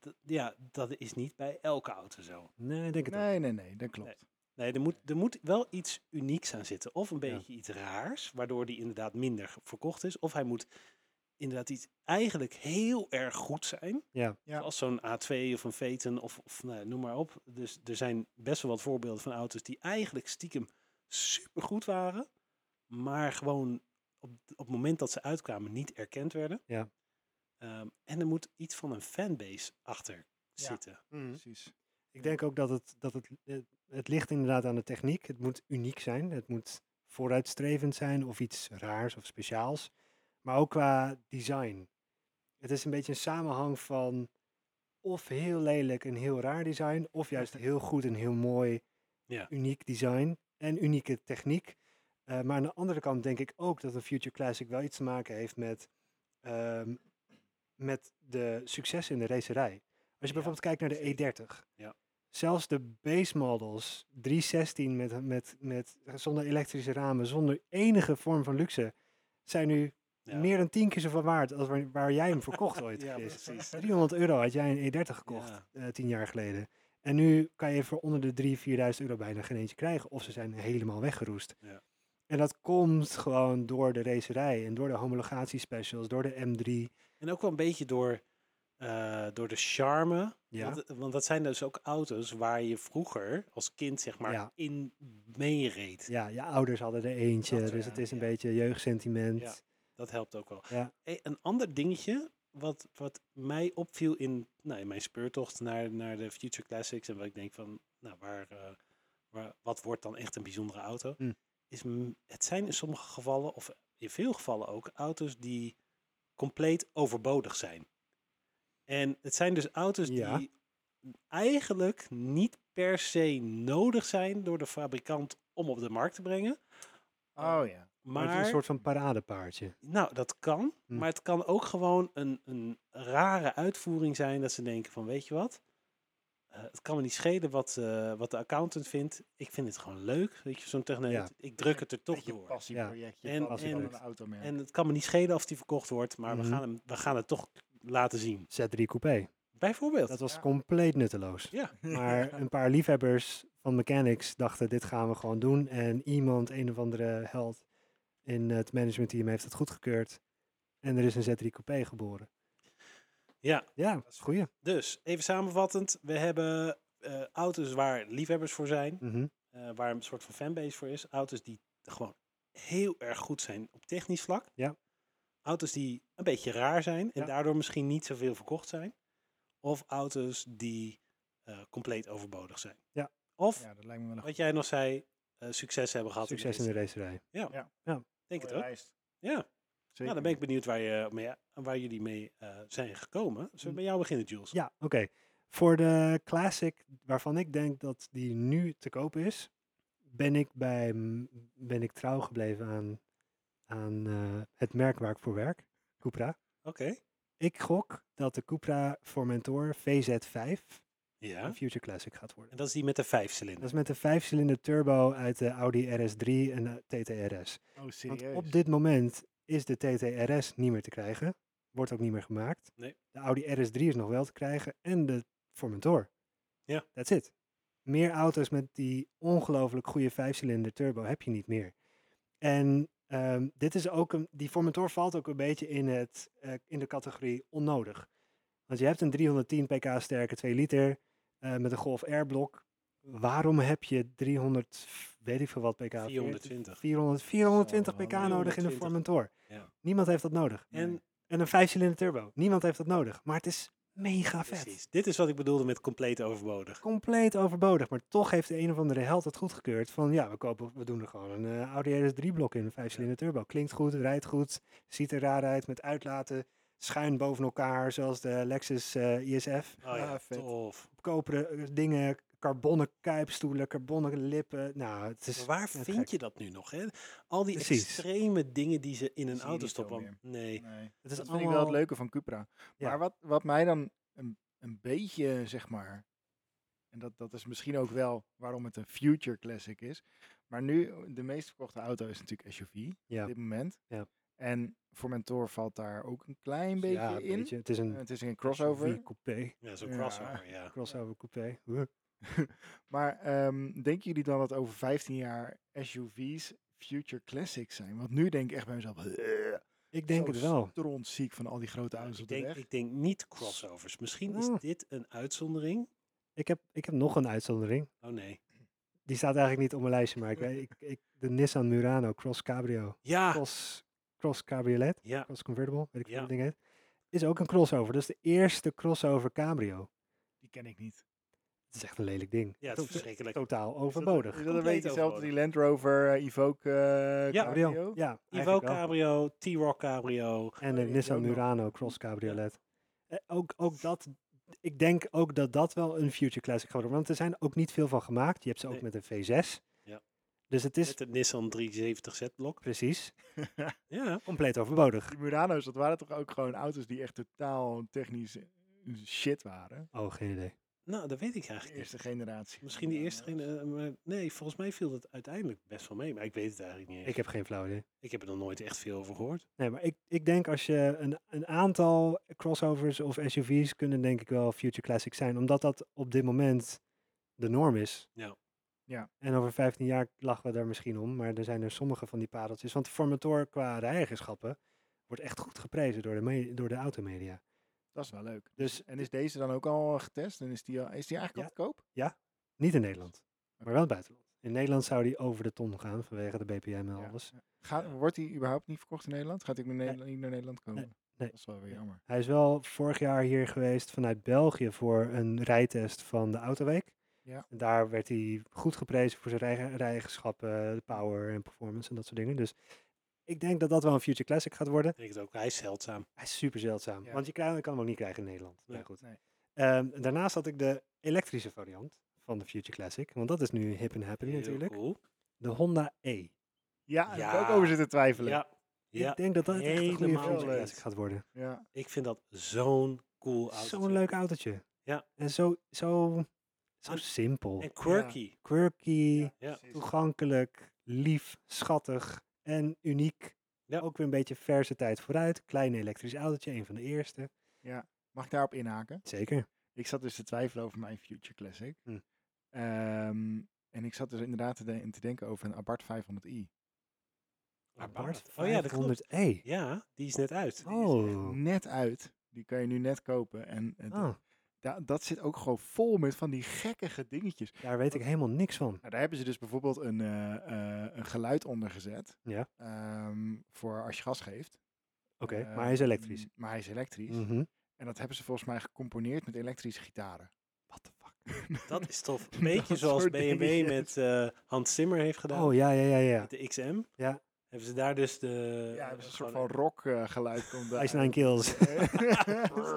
Speaker 3: d- ja, dat is niet bij elke auto zo.
Speaker 1: Nee, ik denk het ook.
Speaker 2: Nee, nee, nee, dat klopt.
Speaker 3: Nee, er moet, er moet wel iets unieks aan zitten. Of een beetje iets raars, waardoor die inderdaad minder ge- verkocht is. Of hij moet inderdaad iets eigenlijk heel erg goed zijn.
Speaker 1: Ja.
Speaker 2: Ja.
Speaker 3: Als zo'n A2 of een Veten of, of nou, noem maar op. Dus er zijn best wel wat voorbeelden van auto's die eigenlijk stiekem supergoed waren. Maar gewoon op, op het moment dat ze uitkwamen niet erkend werden.
Speaker 1: Ja.
Speaker 3: Ehm, en er moet iets van een fanbase achter
Speaker 2: Ja.
Speaker 3: zitten.
Speaker 1: Mhm.
Speaker 2: Precies.
Speaker 1: Ik denk ook dat het, dat het, eh, het ligt inderdaad aan de techniek. Het moet uniek zijn. Het moet vooruitstrevend zijn of iets raars of speciaals. Maar ook qua design. Het is een beetje een samenhang van of heel lelijk en heel raar design, of juist heel goed en heel mooi,
Speaker 3: Ja.
Speaker 1: uniek design en unieke techniek. Eh, maar aan de andere kant denk ik ook dat een Future Classic wel iets te maken heeft met, ehm, met de succes in de racerij. Als je bijvoorbeeld kijkt naar de E30.
Speaker 3: Ja.
Speaker 1: Zelfs de base models, 316 met, met, met, zonder elektrische ramen, zonder enige vorm van luxe, zijn nu
Speaker 3: Ja.
Speaker 1: meer dan tien keer zoveel waard als waar, waar jij hem verkocht ooit.
Speaker 3: Ja,
Speaker 1: Chris.
Speaker 3: precies.
Speaker 1: 300 euro had jij een E30 gekocht
Speaker 3: Ja.
Speaker 1: eh, tien jaar geleden. En nu kan je voor onder de 3.000, 4.000 euro bijna geen eentje krijgen. Of ze zijn helemaal weggeroest.
Speaker 3: Ja.
Speaker 1: En dat komt gewoon door de racerij en door de homologatiespecials, door de M3.
Speaker 3: En ook wel een beetje door, eh, door de charme
Speaker 1: Ja.
Speaker 3: Want, want dat zijn dus ook auto's waar je vroeger als kind zeg maar
Speaker 1: Ja.
Speaker 3: in meereed.
Speaker 1: Ja, je ouders hadden er eentje,
Speaker 3: Dat,
Speaker 1: dus
Speaker 3: ja,
Speaker 1: het is een
Speaker 3: ja.
Speaker 1: beetje jeugdsentiment.
Speaker 3: Ja. Dat helpt ook wel.
Speaker 1: Ja.
Speaker 3: Hey, een ander dingetje wat, wat mij opviel in, nou, in mijn speurtocht naar, naar de Future Classics en wat ik denk van, nou, waar, eh, waar, wat wordt dan echt een bijzondere auto?
Speaker 1: Hm.
Speaker 3: Is, m- het zijn in sommige gevallen, of in veel gevallen ook, auto's die compleet overbodig zijn. En het zijn dus auto's
Speaker 1: Ja.
Speaker 3: die eigenlijk niet per se nodig zijn door de fabrikant om op de markt te brengen.
Speaker 2: Oh ja.
Speaker 1: Maar het is
Speaker 3: Maar,
Speaker 1: een soort van paradepaardje.
Speaker 3: nou, dat kan.
Speaker 1: Hm.
Speaker 3: Maar het kan ook gewoon een, een rare uitvoering zijn dat ze denken van, weet je wat? eh, het kan me niet schelen wat, eh, wat de accountant vindt. Ik vind het gewoon leuk. Weet je, zo'n techneut.
Speaker 1: Ja.
Speaker 3: Ik druk het er toch
Speaker 2: Beetje
Speaker 3: door.
Speaker 2: passieprojectje
Speaker 3: Ja.
Speaker 2: van-
Speaker 3: En-
Speaker 2: van
Speaker 1: en-
Speaker 2: een automerk.
Speaker 3: En het kan me niet schelen als die verkocht wordt, maar
Speaker 1: Mhm.
Speaker 3: we, gaan hem, we gaan het toch laten zien.
Speaker 1: Z3 Coupé.
Speaker 3: Bijvoorbeeld.
Speaker 1: Dat was
Speaker 2: Ja.
Speaker 1: compleet nutteloos.
Speaker 3: Ja.
Speaker 1: Maar een paar liefhebbers van mechanics dachten, dit gaan we gewoon doen. En iemand, een of andere held in het managementteam heeft het goedgekeurd. En er is een Z3 Coupé geboren.
Speaker 3: Ja,
Speaker 1: Ja, dat is goeie.
Speaker 3: dus even samenvattend. We hebben eh, auto's waar liefhebbers voor zijn,
Speaker 1: Mhm.
Speaker 3: eh, waar een soort van fanbase voor is. Auto's die gewoon heel erg goed zijn op technisch vlak.
Speaker 1: Ja.
Speaker 3: Auto's die een beetje raar zijn en
Speaker 1: Ja.
Speaker 3: daardoor misschien niet zoveel verkocht zijn. Of auto's die eh, compleet overbodig zijn.
Speaker 1: Ja. nou
Speaker 3: Of,
Speaker 2: Ja, dat lijkt me wel een
Speaker 3: wat jij nog zei, eh, succes hebben gehad.
Speaker 1: Succes in
Speaker 3: deze-
Speaker 1: de racerij.
Speaker 3: Ik Denk
Speaker 2: goede
Speaker 3: het ook.
Speaker 2: lijst.
Speaker 3: Ja.
Speaker 2: Zeker.
Speaker 3: Nou, dan ben ik benieuwd waar, je mee, waar jullie mee eh, zijn gekomen. Zullen we bij jou beginnen, Jules?
Speaker 1: Hm. Ja, oké. Voor de Classic, waarvan ik denk dat die nu te koop is, ben ik, bij, m- ben ik trouw gebleven aan, aan eh, het merk waar ik voor werk, Cupra.
Speaker 3: Oké.
Speaker 1: Ik gok dat de Cupra Formentor VZ5
Speaker 3: Ja.
Speaker 1: een Future Classic gaat worden.
Speaker 3: En dat is die met de vijfcilinder.
Speaker 1: Dat is met de vijfcilinder turbo uit de Audi RS3 en de TTRS.
Speaker 2: Oh,
Speaker 1: Want
Speaker 2: serieus?
Speaker 1: op dit moment is de TTRS niet meer te krijgen. Wordt ook niet meer gemaakt.
Speaker 3: Nee.
Speaker 1: De Audi RS3 is nog wel te krijgen. En de Formentor.
Speaker 3: Ja.
Speaker 1: That's it. Meer auto's met die ongelooflijk goede vijfcilinder turbo heb je niet meer. En Ehm, dit is ook een, die Formentor valt ook een beetje in, het, eh, in de categorie onnodig. Want je hebt een 310 pk sterke 2 liter eh, met een Golf R-blok. Waarom heb je 300, weet ik veel wat pk?
Speaker 3: 420.
Speaker 1: 400, 420
Speaker 2: Zo,
Speaker 1: pk
Speaker 2: waarom
Speaker 1: nodig in de
Speaker 3: 420?
Speaker 1: Formentor.
Speaker 3: Ja.
Speaker 1: Niemand heeft dat nodig.
Speaker 3: En
Speaker 1: En een 5-cilinder turbo. Niemand heeft dat nodig. Maar het is mega vet.
Speaker 3: precies, dit is wat ik bedoelde met compleet overbodig.
Speaker 1: Compleet overbodig. Maar toch heeft de een of andere held het goedgekeurd. Van ja, we, kopen, we doen er gewoon een eh, Audi RS3 blok in. Een 5 cilinder turbo. Klinkt goed, rijdt goed. Ziet er raar uit met uitlaten. Schuin boven elkaar. Zoals de Lexus eh, ISF.
Speaker 3: Oh ja,
Speaker 2: Ah, vet.
Speaker 3: tof.
Speaker 1: Koperen eh, dingen. Carbonnen kuipstoelen. Carbonnen lippen. Nou, het is...
Speaker 3: Maar waar
Speaker 1: net
Speaker 3: vind
Speaker 1: gek.
Speaker 3: je dat nu nog? Hè? Al die
Speaker 1: Precies.
Speaker 3: extreme dingen die ze in een
Speaker 2: zie je
Speaker 3: auto
Speaker 2: niet veel
Speaker 3: stoppen. Nee.
Speaker 2: Nee.
Speaker 1: Het is
Speaker 2: dat vind ik wel
Speaker 1: allemaal-
Speaker 2: het leuke van Cupra.
Speaker 1: Ja.
Speaker 2: Maar wat, wat mij dan een, een beetje, zeg maar... En dat, dat is misschien ook wel waarom het een future classic is. Maar nu, de meest verkochte auto is natuurlijk SUV
Speaker 1: Ja.
Speaker 2: op dit moment.
Speaker 1: Ja.
Speaker 2: En voor Mentor valt daar ook een klein beetje
Speaker 1: ja,
Speaker 2: in.
Speaker 1: beetje. Het is
Speaker 2: Eh,
Speaker 1: een
Speaker 2: Het is een crossover.
Speaker 1: SUV coupé.
Speaker 3: Ja, zo'n
Speaker 2: Ja.
Speaker 3: crossover, ja.
Speaker 1: Crossover coupé. Huh.
Speaker 2: Maar ehm, denken jullie dan dat over 15 jaar SUV's future classics zijn? Want nu denk ik echt bij mezelf, "Ugh,
Speaker 1: Ik denk
Speaker 2: zo
Speaker 1: het wel.
Speaker 2: strontziek van al die grote auto's
Speaker 3: Ik
Speaker 2: op de
Speaker 3: denk,
Speaker 2: weg. Ah.
Speaker 3: ik denk niet crossovers. Misschien
Speaker 1: Ja.
Speaker 3: is dit een uitzondering.
Speaker 1: Ik heb, ik heb nog een uitzondering.
Speaker 3: Oh nee.
Speaker 1: Die staat eigenlijk niet op mijn lijstje, maar ik, weet- ik, ik, de Nissan Murano Cross Cabrio.
Speaker 3: Ja,
Speaker 1: Cross, cross Cabriolet,
Speaker 3: ja.
Speaker 1: Cross Convertible, weet ik veel
Speaker 3: Ah. Ja.
Speaker 1: wat ding heet. Is ook een crossover. Dat is de eerste crossover Cabrio.
Speaker 2: Die ken ik niet.
Speaker 1: Dat is echt een lelijk ding.
Speaker 3: ja het is
Speaker 1: Tot-
Speaker 3: verschrikkelijk.
Speaker 1: Totaal
Speaker 2: Is dat-
Speaker 1: overbodig.
Speaker 2: Is dat een
Speaker 3: Compleet
Speaker 2: beetje hetzelfde als die
Speaker 3: overbodig.
Speaker 2: Land Rover eh, Evoque eh,
Speaker 3: Ja,
Speaker 1: Cabrio.
Speaker 2: Cabrio?
Speaker 1: Ja,
Speaker 3: Ivo
Speaker 1: eigenlijk wel.
Speaker 3: Cabrio, T-Rock Cabrio.
Speaker 1: En
Speaker 2: die
Speaker 1: de
Speaker 2: heb je
Speaker 1: Nissan
Speaker 2: ook nog.
Speaker 1: Murano Cross Cabriolet. Eh, ook, ook dat, ik denk ook dat dat wel een future classic gaat worden. Want er zijn ook niet veel van gemaakt. Je hebt ze ook
Speaker 3: Nee.
Speaker 1: met een V6.
Speaker 3: Ja.
Speaker 1: Dus het is
Speaker 3: Met het Nissan 370Z-blok.
Speaker 1: precies
Speaker 3: Ja,
Speaker 1: compleet overbodig.
Speaker 2: Die Murano's, dat waren toch ook gewoon auto's die echt totaal technisch eh, shit waren.
Speaker 1: Oh, geen idee.
Speaker 3: nou, dat weet ik
Speaker 2: De
Speaker 3: eigenlijk niet.
Speaker 2: eerste generatie.
Speaker 3: Misschien die eerste
Speaker 2: Murano's.
Speaker 3: ging, eh, maar nee, volgens mij viel dat uiteindelijk best wel mee. Maar ik weet het eigenlijk niet. eens.
Speaker 1: Ik heb geen flauw idee.
Speaker 3: ik heb er nog nooit echt veel over gehoord.
Speaker 1: Nee, maar ik, ik denk als je een, een aantal crossovers of SUV's kunnen denk ik wel future classics zijn. Omdat dat op dit moment de norm is.
Speaker 3: Ja.
Speaker 2: Ja.
Speaker 1: En over 15 jaar lachen we daar misschien om. Maar er zijn er sommige van die pareltjes. Want de Formator qua eigenschappen wordt echt goed geprezen door de, me- door de automedia.
Speaker 2: Dat is wel leuk.
Speaker 1: Dus
Speaker 2: En is deze dan ook al getest? En is die, al- is die eigenlijk al te koop?
Speaker 1: niet in Nederland, maar wel in het buitenland. In Nederland zou die over de ton gaan vanwege de BPM en
Speaker 2: Ja.
Speaker 1: Nou, alles.
Speaker 2: Gaat, Wordt die überhaupt niet verkocht in Nederland? Gaat hij
Speaker 1: Nee.
Speaker 2: niet naar Nederland komen?
Speaker 1: nee.
Speaker 2: Dat is wel weer
Speaker 1: Nee.
Speaker 2: jammer.
Speaker 1: Hij is wel vorig jaar hier geweest vanuit België voor een rijtest van de Autoweek.
Speaker 2: Ja.
Speaker 1: En daar werd hij goed geprezen voor zijn rij- rijeigenschappen, de power en performance en dat soort dingen. Dus ik denk dat dat wel een future classic gaat worden.
Speaker 3: Ik denk het ook. Hij is zeldzaam.
Speaker 1: Hij is super zeldzaam,
Speaker 2: Ja.
Speaker 1: want je krijgt- je kan hem ook niet krijgen in Nederland.
Speaker 3: Nee,
Speaker 1: Ja, goed.
Speaker 2: nee.
Speaker 1: Ehm, daarnaast had ik de elektrische variant van de future classic, want dat is nu hip en happy
Speaker 3: Heel
Speaker 1: natuurlijk.
Speaker 3: cool.
Speaker 1: De Honda E.
Speaker 2: Ja, daar heb ik
Speaker 3: Ja.
Speaker 2: ook over zitten twijfelen. Ja.
Speaker 3: Ja. ja,
Speaker 1: Ik denk dat dat echt een goede
Speaker 3: helemaal
Speaker 1: future
Speaker 2: leuk.
Speaker 1: classic gaat worden.
Speaker 3: ik vind dat zo'n cool auto.
Speaker 1: Zo'n leuk autootje.
Speaker 3: Ja.
Speaker 1: En zo, zo, zo
Speaker 3: En-
Speaker 1: simpel.
Speaker 3: En quirky.
Speaker 1: quirky,
Speaker 3: Ja.
Speaker 2: precies.
Speaker 1: toegankelijk, lief, schattig en uniek.
Speaker 3: Ja.
Speaker 1: Ook weer een beetje verse tijd vooruit. Klein elektrisch autootje, een van de eerste.
Speaker 2: Mag ik daarop inhaken?
Speaker 1: Zeker.
Speaker 2: Ik zat dus te twijfelen over mijn Future Classic.
Speaker 1: Hm.
Speaker 2: Ehm, en ik zat dus inderdaad te, de- te denken over een Abarth 500i.
Speaker 3: Maar
Speaker 1: Bart
Speaker 3: Bart- Oh ja, dat klopt.
Speaker 1: 500e.
Speaker 3: Ja, die is net uit.
Speaker 1: E. Oh.
Speaker 2: Net uit. Die kan je nu net kopen. En het-
Speaker 1: Ah,
Speaker 2: da- dat zit ook gewoon vol met van die gekkige dingetjes.
Speaker 1: daar weet ik helemaal niks van.
Speaker 2: Nou, daar hebben ze dus bijvoorbeeld een, eh, eh, een geluid onder gezet.
Speaker 1: Ja.
Speaker 2: Ehm, voor als je gas geeft.
Speaker 1: Oké,
Speaker 3: Eh,
Speaker 1: maar hij is elektrisch.
Speaker 2: Ehm, Maar hij is elektrisch.
Speaker 1: Mhm.
Speaker 2: En dat hebben ze volgens mij gecomponeerd met elektrische gitaren.
Speaker 1: What the fuck?
Speaker 3: Dat is tof. Een
Speaker 2: Dat
Speaker 3: beetje zoals
Speaker 2: soort
Speaker 3: BMW
Speaker 2: dingetjes.
Speaker 3: met eh, Hans Zimmer heeft gedaan.
Speaker 1: Oh ja, ja, ja, ja.
Speaker 3: Met de XM.
Speaker 1: Ja.
Speaker 3: Hebben ze daar dus de...
Speaker 2: Ja, hebben ze een soort van
Speaker 3: gewoon-
Speaker 2: rock eh, geluid komt daar.
Speaker 1: Ice Nine Kills.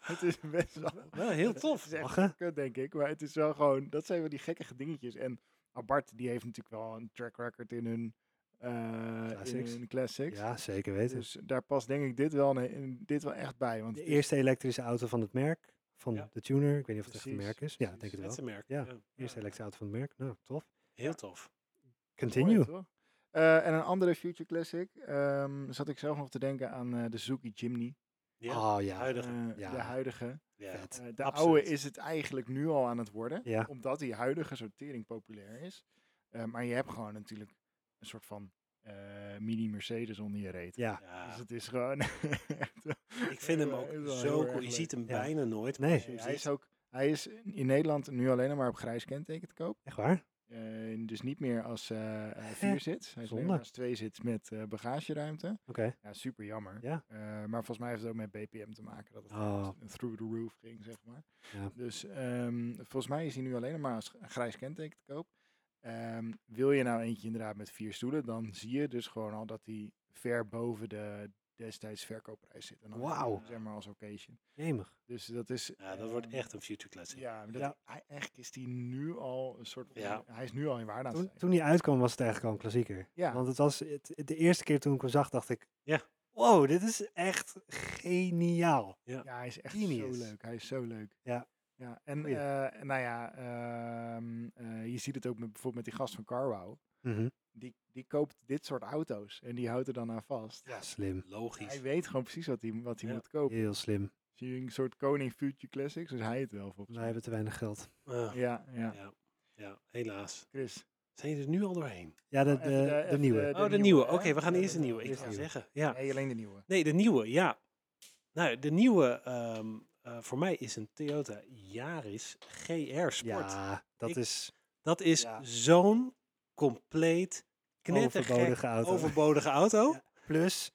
Speaker 2: het is best wel
Speaker 3: Wel heel
Speaker 2: het
Speaker 3: tof.
Speaker 2: is echt
Speaker 1: Lachen.
Speaker 2: kut, denk ik. Maar het is wel gewoon, dat zijn wel die gekkige dingetjes. En Abart, die heeft natuurlijk wel een track record in hun, eh,
Speaker 1: Classics.
Speaker 2: In hun classics.
Speaker 1: Ja, zeker weten.
Speaker 2: Dus daar past denk ik dit wel, een- een- dit wel echt bij. Want
Speaker 1: De
Speaker 2: het is-
Speaker 1: eerste elektrische auto van het merk, van
Speaker 3: Ja.
Speaker 1: de tuner. Ik weet niet of het echt een
Speaker 2: Precies,
Speaker 1: merk is. Ja, ik
Speaker 2: precies.
Speaker 1: denk het wel.
Speaker 3: Met zijn merk.
Speaker 1: Ja.
Speaker 3: Ja.
Speaker 1: Eerste elektrische auto van het merk. Nou, tof.
Speaker 3: Heel tof.
Speaker 1: Continue.
Speaker 2: Mooi, toch? Eh, en een andere Future Classic ehm, zat ik zelf nog te denken aan eh, de Suzuki Jimny.
Speaker 3: Ja.
Speaker 1: Oh ja.
Speaker 3: Huidige.
Speaker 2: Eh,
Speaker 1: ja.
Speaker 2: De huidige.
Speaker 3: Ja.
Speaker 1: vet.
Speaker 2: Eh, de
Speaker 3: Absoluut.
Speaker 2: oude is het eigenlijk nu al aan het worden.
Speaker 1: Ja.
Speaker 2: Omdat die huidige sortering populair is. Eh, maar je hebt gewoon natuurlijk een soort van eh, mini-Mercedes onder je reet.
Speaker 1: Ja.
Speaker 3: Ja,
Speaker 2: Dus het is gewoon... echt wel-
Speaker 3: ik vind hem
Speaker 2: wel-
Speaker 3: ook
Speaker 2: is wel heel
Speaker 3: zo
Speaker 2: erg
Speaker 3: cool. Je
Speaker 2: leuk.
Speaker 3: ziet hem
Speaker 1: Ja.
Speaker 3: bijna nooit. maar
Speaker 1: Nee.
Speaker 3: als je hem
Speaker 2: Hij
Speaker 3: ziet-
Speaker 2: is ook... Hij is in Nederland nu alleen nog maar op grijs kenteken te koop.
Speaker 1: Echt waar?
Speaker 2: Eh, dus niet meer als eh eh,
Speaker 1: Hè?
Speaker 2: vier zit. Hij is alleen
Speaker 1: Zonde.
Speaker 2: maar als twee zit met eh, bagageruimte.
Speaker 1: Oké.
Speaker 2: Ja, super jammer.
Speaker 1: Ja.
Speaker 2: Eh, maar volgens mij heeft het ook met BPM te maken dat het
Speaker 1: Oh.
Speaker 2: through the roof ging, zeg maar.
Speaker 1: Ja.
Speaker 2: Dus ehm, volgens mij is hij nu alleen nog maar als g- grijs kenteken te koop. Ehm, wil je nou eentje inderdaad met vier stoelen, dan zie je dus gewoon al dat hij ver boven de destijds verkoopprijs zit. En dan
Speaker 1: Wauw.
Speaker 2: Zeg maar als occasion.
Speaker 1: Jemig.
Speaker 2: Dus dat is...
Speaker 3: Ja, dat wordt
Speaker 2: ehm,
Speaker 3: echt een future classic.
Speaker 2: Ja, maar dat,
Speaker 1: Ja.
Speaker 2: Hij, eigenlijk is die nu al een soort van...
Speaker 3: Ja.
Speaker 2: Hij is nu al in waarde aan het
Speaker 1: Toen,
Speaker 2: stijgen.
Speaker 1: toen die uitkwam was het eigenlijk al een klassieker.
Speaker 2: Ja.
Speaker 1: Want het was het, het- de eerste keer toen ik hem zag, dacht ik...
Speaker 3: Ja.
Speaker 1: Wow, dit is echt geniaal.
Speaker 2: Ja, hij is echt
Speaker 1: Genius.
Speaker 2: zo leuk. Hij is zo leuk.
Speaker 1: Ja.
Speaker 2: ja en
Speaker 1: Goeie.
Speaker 2: eh, nou ja, ehm, eh, je ziet het ook met, bijvoorbeeld met die gast van Carwow.
Speaker 1: Mhm.
Speaker 2: Die, die koopt dit soort auto's en die houdt er dan aan vast.
Speaker 1: Ja, slim.
Speaker 3: Logisch.
Speaker 2: Hij weet gewoon precies wat hij wat hij
Speaker 3: Ja.
Speaker 2: moet kopen.
Speaker 1: Heel slim.
Speaker 2: Zie je een soort koning Future Classics, dus hij het wel volgens
Speaker 1: Wij
Speaker 2: mij.
Speaker 1: hebben te weinig geld.
Speaker 3: Ah,
Speaker 2: Ja, ja.
Speaker 3: ja. ja, helaas.
Speaker 2: Chris.
Speaker 3: Zijn je er nu al doorheen?
Speaker 1: Ja, de,
Speaker 2: Oh,
Speaker 1: de,
Speaker 2: even
Speaker 1: de,
Speaker 2: even
Speaker 1: nieuwe.
Speaker 2: de
Speaker 3: oh, de, nieuwe.
Speaker 2: hè?
Speaker 3: Oké, we gaan
Speaker 2: Ja,
Speaker 3: eerst de nieuwe. Ik
Speaker 2: eerst
Speaker 3: ga
Speaker 2: de
Speaker 3: zeggen. Ja.
Speaker 2: Nee, alleen de nieuwe.
Speaker 3: Nee, de nieuwe, ja. Nou, de nieuwe ehm, eh, voor mij is een Toyota Yaris GR Sport.
Speaker 1: Ja, dat
Speaker 3: Ik-
Speaker 1: is
Speaker 3: Dat is
Speaker 1: Ja.
Speaker 3: zo'n compleet knettergek
Speaker 1: overbodige auto.
Speaker 3: overbodige auto.
Speaker 1: Ja. Plus,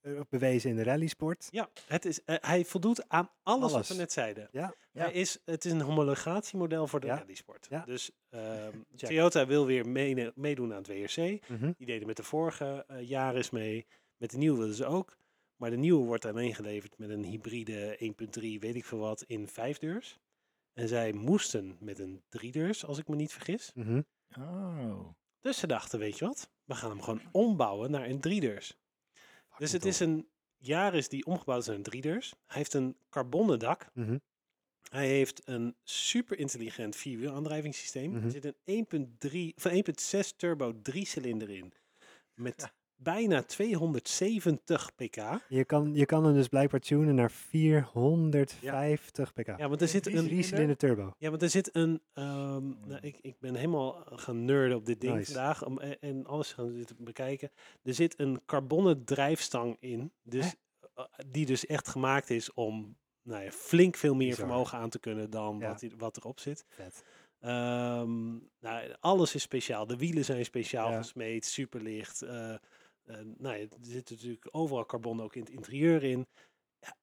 Speaker 1: eh, bewezen in de rallysport.
Speaker 3: Ja, het is, eh, hij voldoet aan alles, wat
Speaker 1: Alles.
Speaker 3: we net zeiden.
Speaker 1: Ja.
Speaker 2: Ja.
Speaker 3: Hij is, het is een homologatiemodel voor de
Speaker 1: Ja.
Speaker 3: rallysport.
Speaker 1: Ja.
Speaker 3: Dus ehm,
Speaker 1: Check.
Speaker 3: Toyota wil weer mene- meedoen aan het WRC.
Speaker 1: Mhm.
Speaker 3: Die deden met de vorige eh jaar eens mee. Met de nieuwe wilden ze ook. Maar de nieuwe wordt alleen geleverd met een hybride 1.3, weet ik veel wat, in vijfdeurs. En zij moesten met een driedeurs, als ik me niet vergis.
Speaker 1: Mhm.
Speaker 2: Oh.
Speaker 3: Dus ze dachten, weet je wat, we gaan hem gewoon ombouwen naar een driedeurs. Dus het is een Yaris die omgebouwd is naar een driedeurs. Hij heeft een carbonnen dak.
Speaker 1: Mhm.
Speaker 3: Hij heeft een super intelligent vierwielaandrijvingssysteem.
Speaker 1: Mhm.
Speaker 3: Er zit een 1.3 of een 1.6 turbo driecilinder in. Met bijna 270 pk.
Speaker 1: Je kan, je kan hem dus blijkbaar tunen naar 450 pk.
Speaker 3: Ja, want er zit
Speaker 2: Drie
Speaker 3: een...
Speaker 1: Drie cilinder turbo.
Speaker 3: Ja, want er zit een... ehm, nou, ik, ik ben helemaal gaan nerden op dit ding
Speaker 1: Oh, Nice.
Speaker 3: vandaag. om- en- en alles gaan zitten bekijken. Er zit een carbonnen drijfstang in. Dus, eh, die dus echt gemaakt is om nou ja, flink veel meer
Speaker 1: Bizar.
Speaker 3: vermogen aan te kunnen dan
Speaker 1: Ja.
Speaker 3: wat, die- wat erop zit.
Speaker 1: Vet.
Speaker 3: Ehm, nou, alles is speciaal. De wielen zijn speciaal
Speaker 1: Ja.
Speaker 3: gesmeed, superlicht. Eh, eh, nou ja, er zit natuurlijk overal carbon ook in het interieur in. Ja,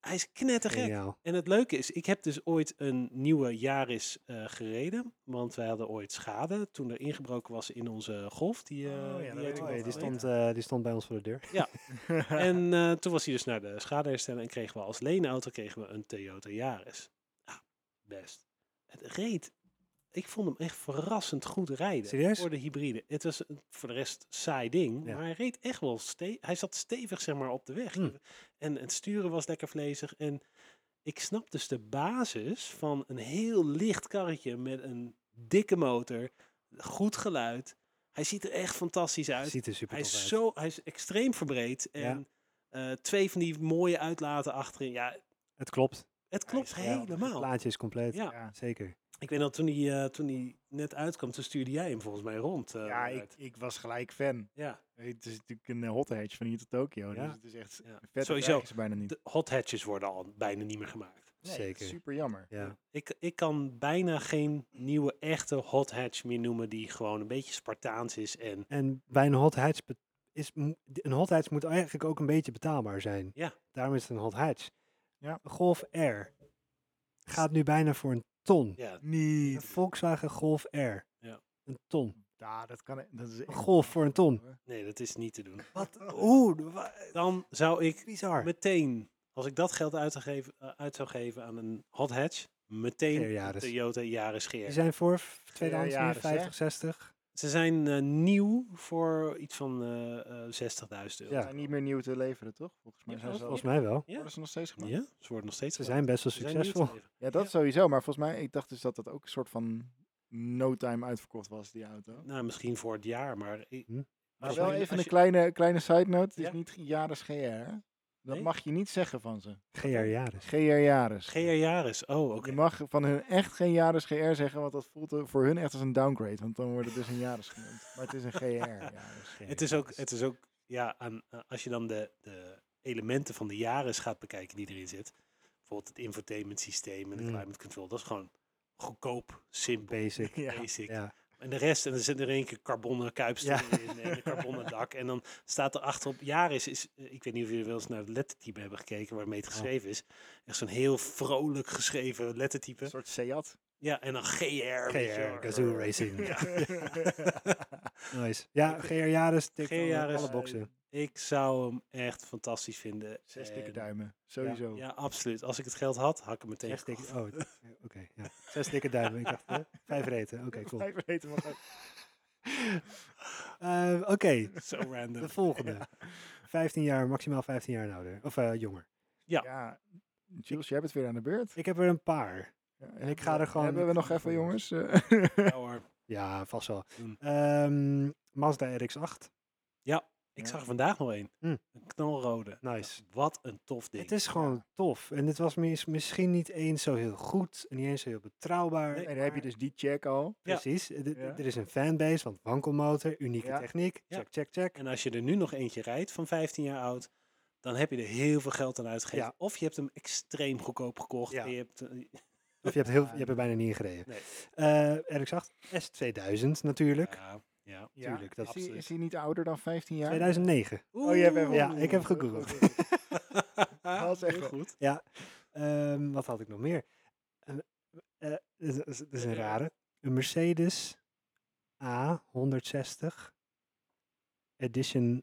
Speaker 3: hij is knettergek.
Speaker 1: Geniaal.
Speaker 3: En het leuke is, ik heb dus ooit een nieuwe Yaris eh, gereden. Want wij hadden ooit schade toen er ingebroken was in onze golf. Die, eh,
Speaker 2: Oh ja, dat
Speaker 3: die
Speaker 2: weet
Speaker 3: uit
Speaker 2: ik
Speaker 3: de
Speaker 1: Oh,
Speaker 2: nog
Speaker 3: golf
Speaker 1: ja, die,
Speaker 2: wel
Speaker 3: reed.
Speaker 1: stond, eh, die stond bij ons voor de deur.
Speaker 3: En eh, toen was hij dus naar de schadehersteller en kregen we als leenauto kregen we een Toyota Yaris. Ja, best. Het reed. Ik vond hem echt verrassend goed rijden
Speaker 1: Serieus?
Speaker 3: voor de hybride. Het was een- voor de rest saai ding,
Speaker 1: Ja.
Speaker 3: maar hij reed echt wel ste- Hij zat stevig zeg maar op de weg.
Speaker 1: Hmm.
Speaker 3: En het sturen was lekker vlezig. En ik snap dus de basis van een heel licht karretje met een dikke motor, goed geluid. Hij ziet er echt fantastisch uit.
Speaker 1: Ziet er super
Speaker 3: Hij
Speaker 1: tof
Speaker 3: is,
Speaker 1: uit.
Speaker 3: zo, hij is extreem verbreed. En eh, twee van die mooie uitlaten achterin. Ja,
Speaker 1: Het klopt.
Speaker 3: het klopt
Speaker 2: geweldig. Het
Speaker 1: Het
Speaker 3: helemaal.
Speaker 1: plaatje is compleet.
Speaker 3: Oh. ja.
Speaker 2: Ja.
Speaker 1: Zeker.
Speaker 3: Ik weet dat toen hij, eh, toen hij net uitkwam, toen stuurde jij hem volgens mij rond. eh,
Speaker 2: ja, ik,
Speaker 3: Bernard.
Speaker 2: ik was gelijk fan.
Speaker 3: ja.
Speaker 2: Het is natuurlijk een hot hedge van hier tot Tokio.
Speaker 1: Ja.
Speaker 2: Dus het is echt
Speaker 3: Ja.
Speaker 2: vet.
Speaker 3: Sowieso,
Speaker 2: Ze bijna niet.
Speaker 3: de hot hatches worden al bijna niet meer gemaakt.
Speaker 2: Nee, dat is
Speaker 1: Zeker.
Speaker 2: Super jammer.
Speaker 1: Ja.
Speaker 3: Ik, ik kan bijna geen nieuwe echte hot hatch meer noemen die gewoon een beetje Spartaans is. En
Speaker 1: En bij een hot hatch be- is mo- een hot hatch moet eigenlijk ook een beetje betaalbaar zijn.
Speaker 3: Ja.
Speaker 1: Daarom is het een hot hatch.
Speaker 2: Ja.
Speaker 1: Golf R gaat nu bijna voor een ton.
Speaker 3: ja,
Speaker 1: Een
Speaker 2: Niet.
Speaker 1: Volkswagen Golf R.
Speaker 3: Ja.
Speaker 1: Een ton.
Speaker 2: Ja, dat kan. Dat is
Speaker 1: Een
Speaker 2: echt
Speaker 1: golf voor een ton.
Speaker 3: nee, dat is niet te doen.
Speaker 1: Wat? Oeh, wa-
Speaker 3: Dan zou ik
Speaker 1: bizar.
Speaker 3: meteen, als ik dat geld uit, zou geven- eh, uit zou geven aan een hot hatch, meteen
Speaker 1: Geer Yaris.
Speaker 3: een Toyota Yaris
Speaker 1: Die
Speaker 3: Geer.
Speaker 1: zijn voor v-
Speaker 2: jaren,
Speaker 1: 2050,
Speaker 2: zeg.
Speaker 1: 60.
Speaker 3: Ze zijn eh, nieuw voor iets van eh, eh, 60.000 euro.
Speaker 1: Ja.
Speaker 2: Ze zijn niet meer nieuw te leveren, toch? Volgens mij
Speaker 3: Ja,
Speaker 2: zijn ze al-
Speaker 1: Volgens mij wel.
Speaker 3: Ja.
Speaker 2: worden ze nog steeds gemaakt. Ja,
Speaker 3: Ja, ze worden nog steeds
Speaker 1: Ze zijn best wel
Speaker 3: gemaakt. Ze zijn nieuw te
Speaker 1: succesvol.
Speaker 3: leveren.
Speaker 2: dat
Speaker 3: Ja.
Speaker 2: sowieso. Maar volgens mij, ik dacht dus dat dat ook een soort van no time uitverkocht was, die auto.
Speaker 3: Nou, misschien voor het jaar, maar... i-
Speaker 1: Hm.
Speaker 2: Maar
Speaker 3: als
Speaker 2: wel
Speaker 3: je-
Speaker 2: even
Speaker 3: als
Speaker 2: een
Speaker 3: je-
Speaker 2: kleine, kleine side note. Het is
Speaker 3: Ja.
Speaker 2: niet jaren GR. hè? Dat
Speaker 3: Nee?
Speaker 2: mag je niet zeggen van ze.
Speaker 1: GR Jaris.
Speaker 2: GR Jaris.
Speaker 3: GR Jaris. Oh, oké.
Speaker 2: Je mag van hun echt geen Jaris GR zeggen, want dat voelt eh, voor hun echt als een downgrade. Want dan wordt het dus een Jaris genoemd. Maar het is een GR Jaris.
Speaker 3: Het is ook, het is ook ja, aan, eh, als je dan de, de elementen van de Jaris gaat bekijken die erin zit. Bijvoorbeeld het infotainment systeem en de
Speaker 2: Hm.
Speaker 1: Mm.
Speaker 3: climate control. Dat is gewoon goedkoop, simpel,
Speaker 1: Basic.
Speaker 2: Ja.
Speaker 3: basic.
Speaker 1: Ja.
Speaker 3: En de rest, en er zit er een keer karbonnen kuipstuk
Speaker 1: Ja.
Speaker 3: in en een karbonnen dak. En dan staat er achterop, Jaris is, eh, ik weet niet of jullie wel eens naar het lettertype hebben gekeken waarmee
Speaker 1: Oh.
Speaker 3: het geschreven is. Echt zo'n heel vrolijk geschreven lettertype.
Speaker 2: Een soort Seat.
Speaker 3: Ja, en dan GR. weet je wel.
Speaker 1: GR, Gazoo Racing.
Speaker 3: Ja.
Speaker 1: Nice. Ja, GR Jaris tikt
Speaker 3: GR
Speaker 1: alle-
Speaker 3: Jaris. eh,
Speaker 1: alle boxen.
Speaker 3: Ik zou hem echt fantastisch vinden.
Speaker 2: Zes dikke
Speaker 3: En-
Speaker 2: duimen. Sowieso.
Speaker 3: Ja, absoluut. Als ik het geld had, had ik hem meteen
Speaker 1: Zes dikke,
Speaker 3: gekocht.
Speaker 1: oh, oké. ja. Zes dikke duimen. Ik dacht, hè? vijf reten. Oké, cool.
Speaker 2: Wij weten wat het-
Speaker 1: Eh, oké,
Speaker 3: Zo random.
Speaker 1: de volgende. 15 jaar, maximaal 15 jaar en ouder. Of eh, jonger.
Speaker 3: Ja.
Speaker 2: Ja. Jules, jij bent weer aan de beurt.
Speaker 1: Ik heb er een paar.
Speaker 2: Ja,
Speaker 1: ik
Speaker 2: hebben
Speaker 1: ga
Speaker 2: we-
Speaker 1: er gewoon-
Speaker 2: Hebben we
Speaker 1: ik ga
Speaker 2: nog
Speaker 1: er
Speaker 2: even,
Speaker 1: gewoon
Speaker 2: jongens?
Speaker 3: Ja hoor.
Speaker 1: Ja, vast wel.
Speaker 3: Doen.
Speaker 1: Ehm, Mazda RX-8.
Speaker 3: Ik
Speaker 2: Ja.
Speaker 3: zag er vandaag nog een.
Speaker 1: Hm.
Speaker 3: Een knalrode.
Speaker 1: Nice.
Speaker 3: Wat een tof ding.
Speaker 1: Het is gewoon tof. En het was mis- misschien niet eens zo heel goed. En niet eens zo heel betrouwbaar.
Speaker 3: Nee,
Speaker 2: en dan heb je
Speaker 1: maar-
Speaker 2: dus die check al.
Speaker 3: Ja.
Speaker 1: Precies. Eh, d- d-
Speaker 2: Ja.
Speaker 1: Er is een fanbase, want wankelmotor, unieke
Speaker 2: Ja.
Speaker 1: techniek.
Speaker 3: Ja.
Speaker 1: Check, check, check.
Speaker 3: En als je er nu nog eentje rijdt van 15 jaar oud, dan heb je er heel veel geld aan uitgegeven.
Speaker 1: Ja.
Speaker 3: Of je hebt hem extreem goedkoop gekocht.
Speaker 1: Ja.
Speaker 3: en Je hebt, eh,
Speaker 1: Of je hebt, heel, je hebt er bijna niet in gereden.
Speaker 3: Nee.
Speaker 1: Eh, RX-8 S2000 natuurlijk.
Speaker 3: ja, ja.
Speaker 1: Tuurlijk, dat
Speaker 2: is, die,
Speaker 1: absoluut.
Speaker 2: is die niet ouder dan 15 jaar?
Speaker 1: 2009.
Speaker 2: Oh, jij bent
Speaker 3: Oeh.
Speaker 1: Ja, ik heb
Speaker 2: Heel goed,
Speaker 1: gegoogeld.
Speaker 2: heel goed.
Speaker 3: dat
Speaker 2: is echt wel-
Speaker 3: goed.
Speaker 1: Ehm, wat had ik nog meer? Eh, eh, Dit is- dit is een rare. Een Mercedes A160 Edition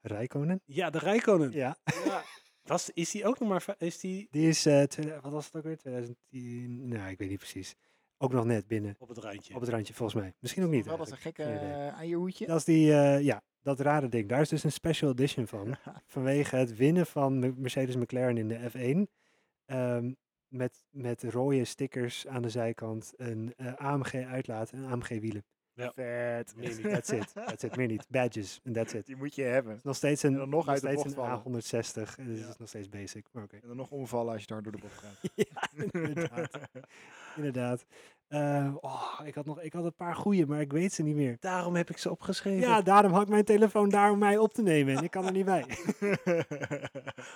Speaker 1: Rijkonen.
Speaker 3: Ja, de Rijkonen.
Speaker 1: Ja,
Speaker 3: Was, is die ook nog maar... va- Is die
Speaker 1: die is, eh, twe- wat was het ook weer? 2010? Nou, ik weet niet precies. Ook nog net binnen,
Speaker 3: op het randje?
Speaker 1: op het randje volgens mij. Misschien ook niet.
Speaker 2: Wel dat is een
Speaker 1: eigenlijk.
Speaker 2: gekke
Speaker 1: Geen idee.
Speaker 2: eh, eierhoedje.
Speaker 1: Dat is die, eh, ja, dat rare ding. Daar is dus een special edition van. Vanwege het winnen van Me- Mercedes McLaren in de F1. Ehm, met, met rode stickers aan de zijkant. Een eh, AMG uitlaat en AMG wielen.
Speaker 3: Ja.
Speaker 2: Vet.
Speaker 3: Meer niet.
Speaker 1: That's it. That's it. Meer niet. Badges. En that's it.
Speaker 2: Die moet je hebben.
Speaker 1: Nog steeds een,
Speaker 2: En dan nog uit de
Speaker 1: steeds
Speaker 2: bocht
Speaker 1: een
Speaker 2: vallen.
Speaker 1: A160. Dus
Speaker 3: Ja.
Speaker 1: het is nog steeds basic. Maar oké.
Speaker 2: En dan nog omvallen als je daar door de bocht gaat.
Speaker 1: inderdaad. Inderdaad. Eh, oh, ik, had nog, ik had een paar goede, maar ik weet ze niet meer.
Speaker 3: Daarom heb ik ze opgeschreven.
Speaker 1: Ja, daarom had ik mijn telefoon daar om mij op te nemen. En ik kan er niet bij.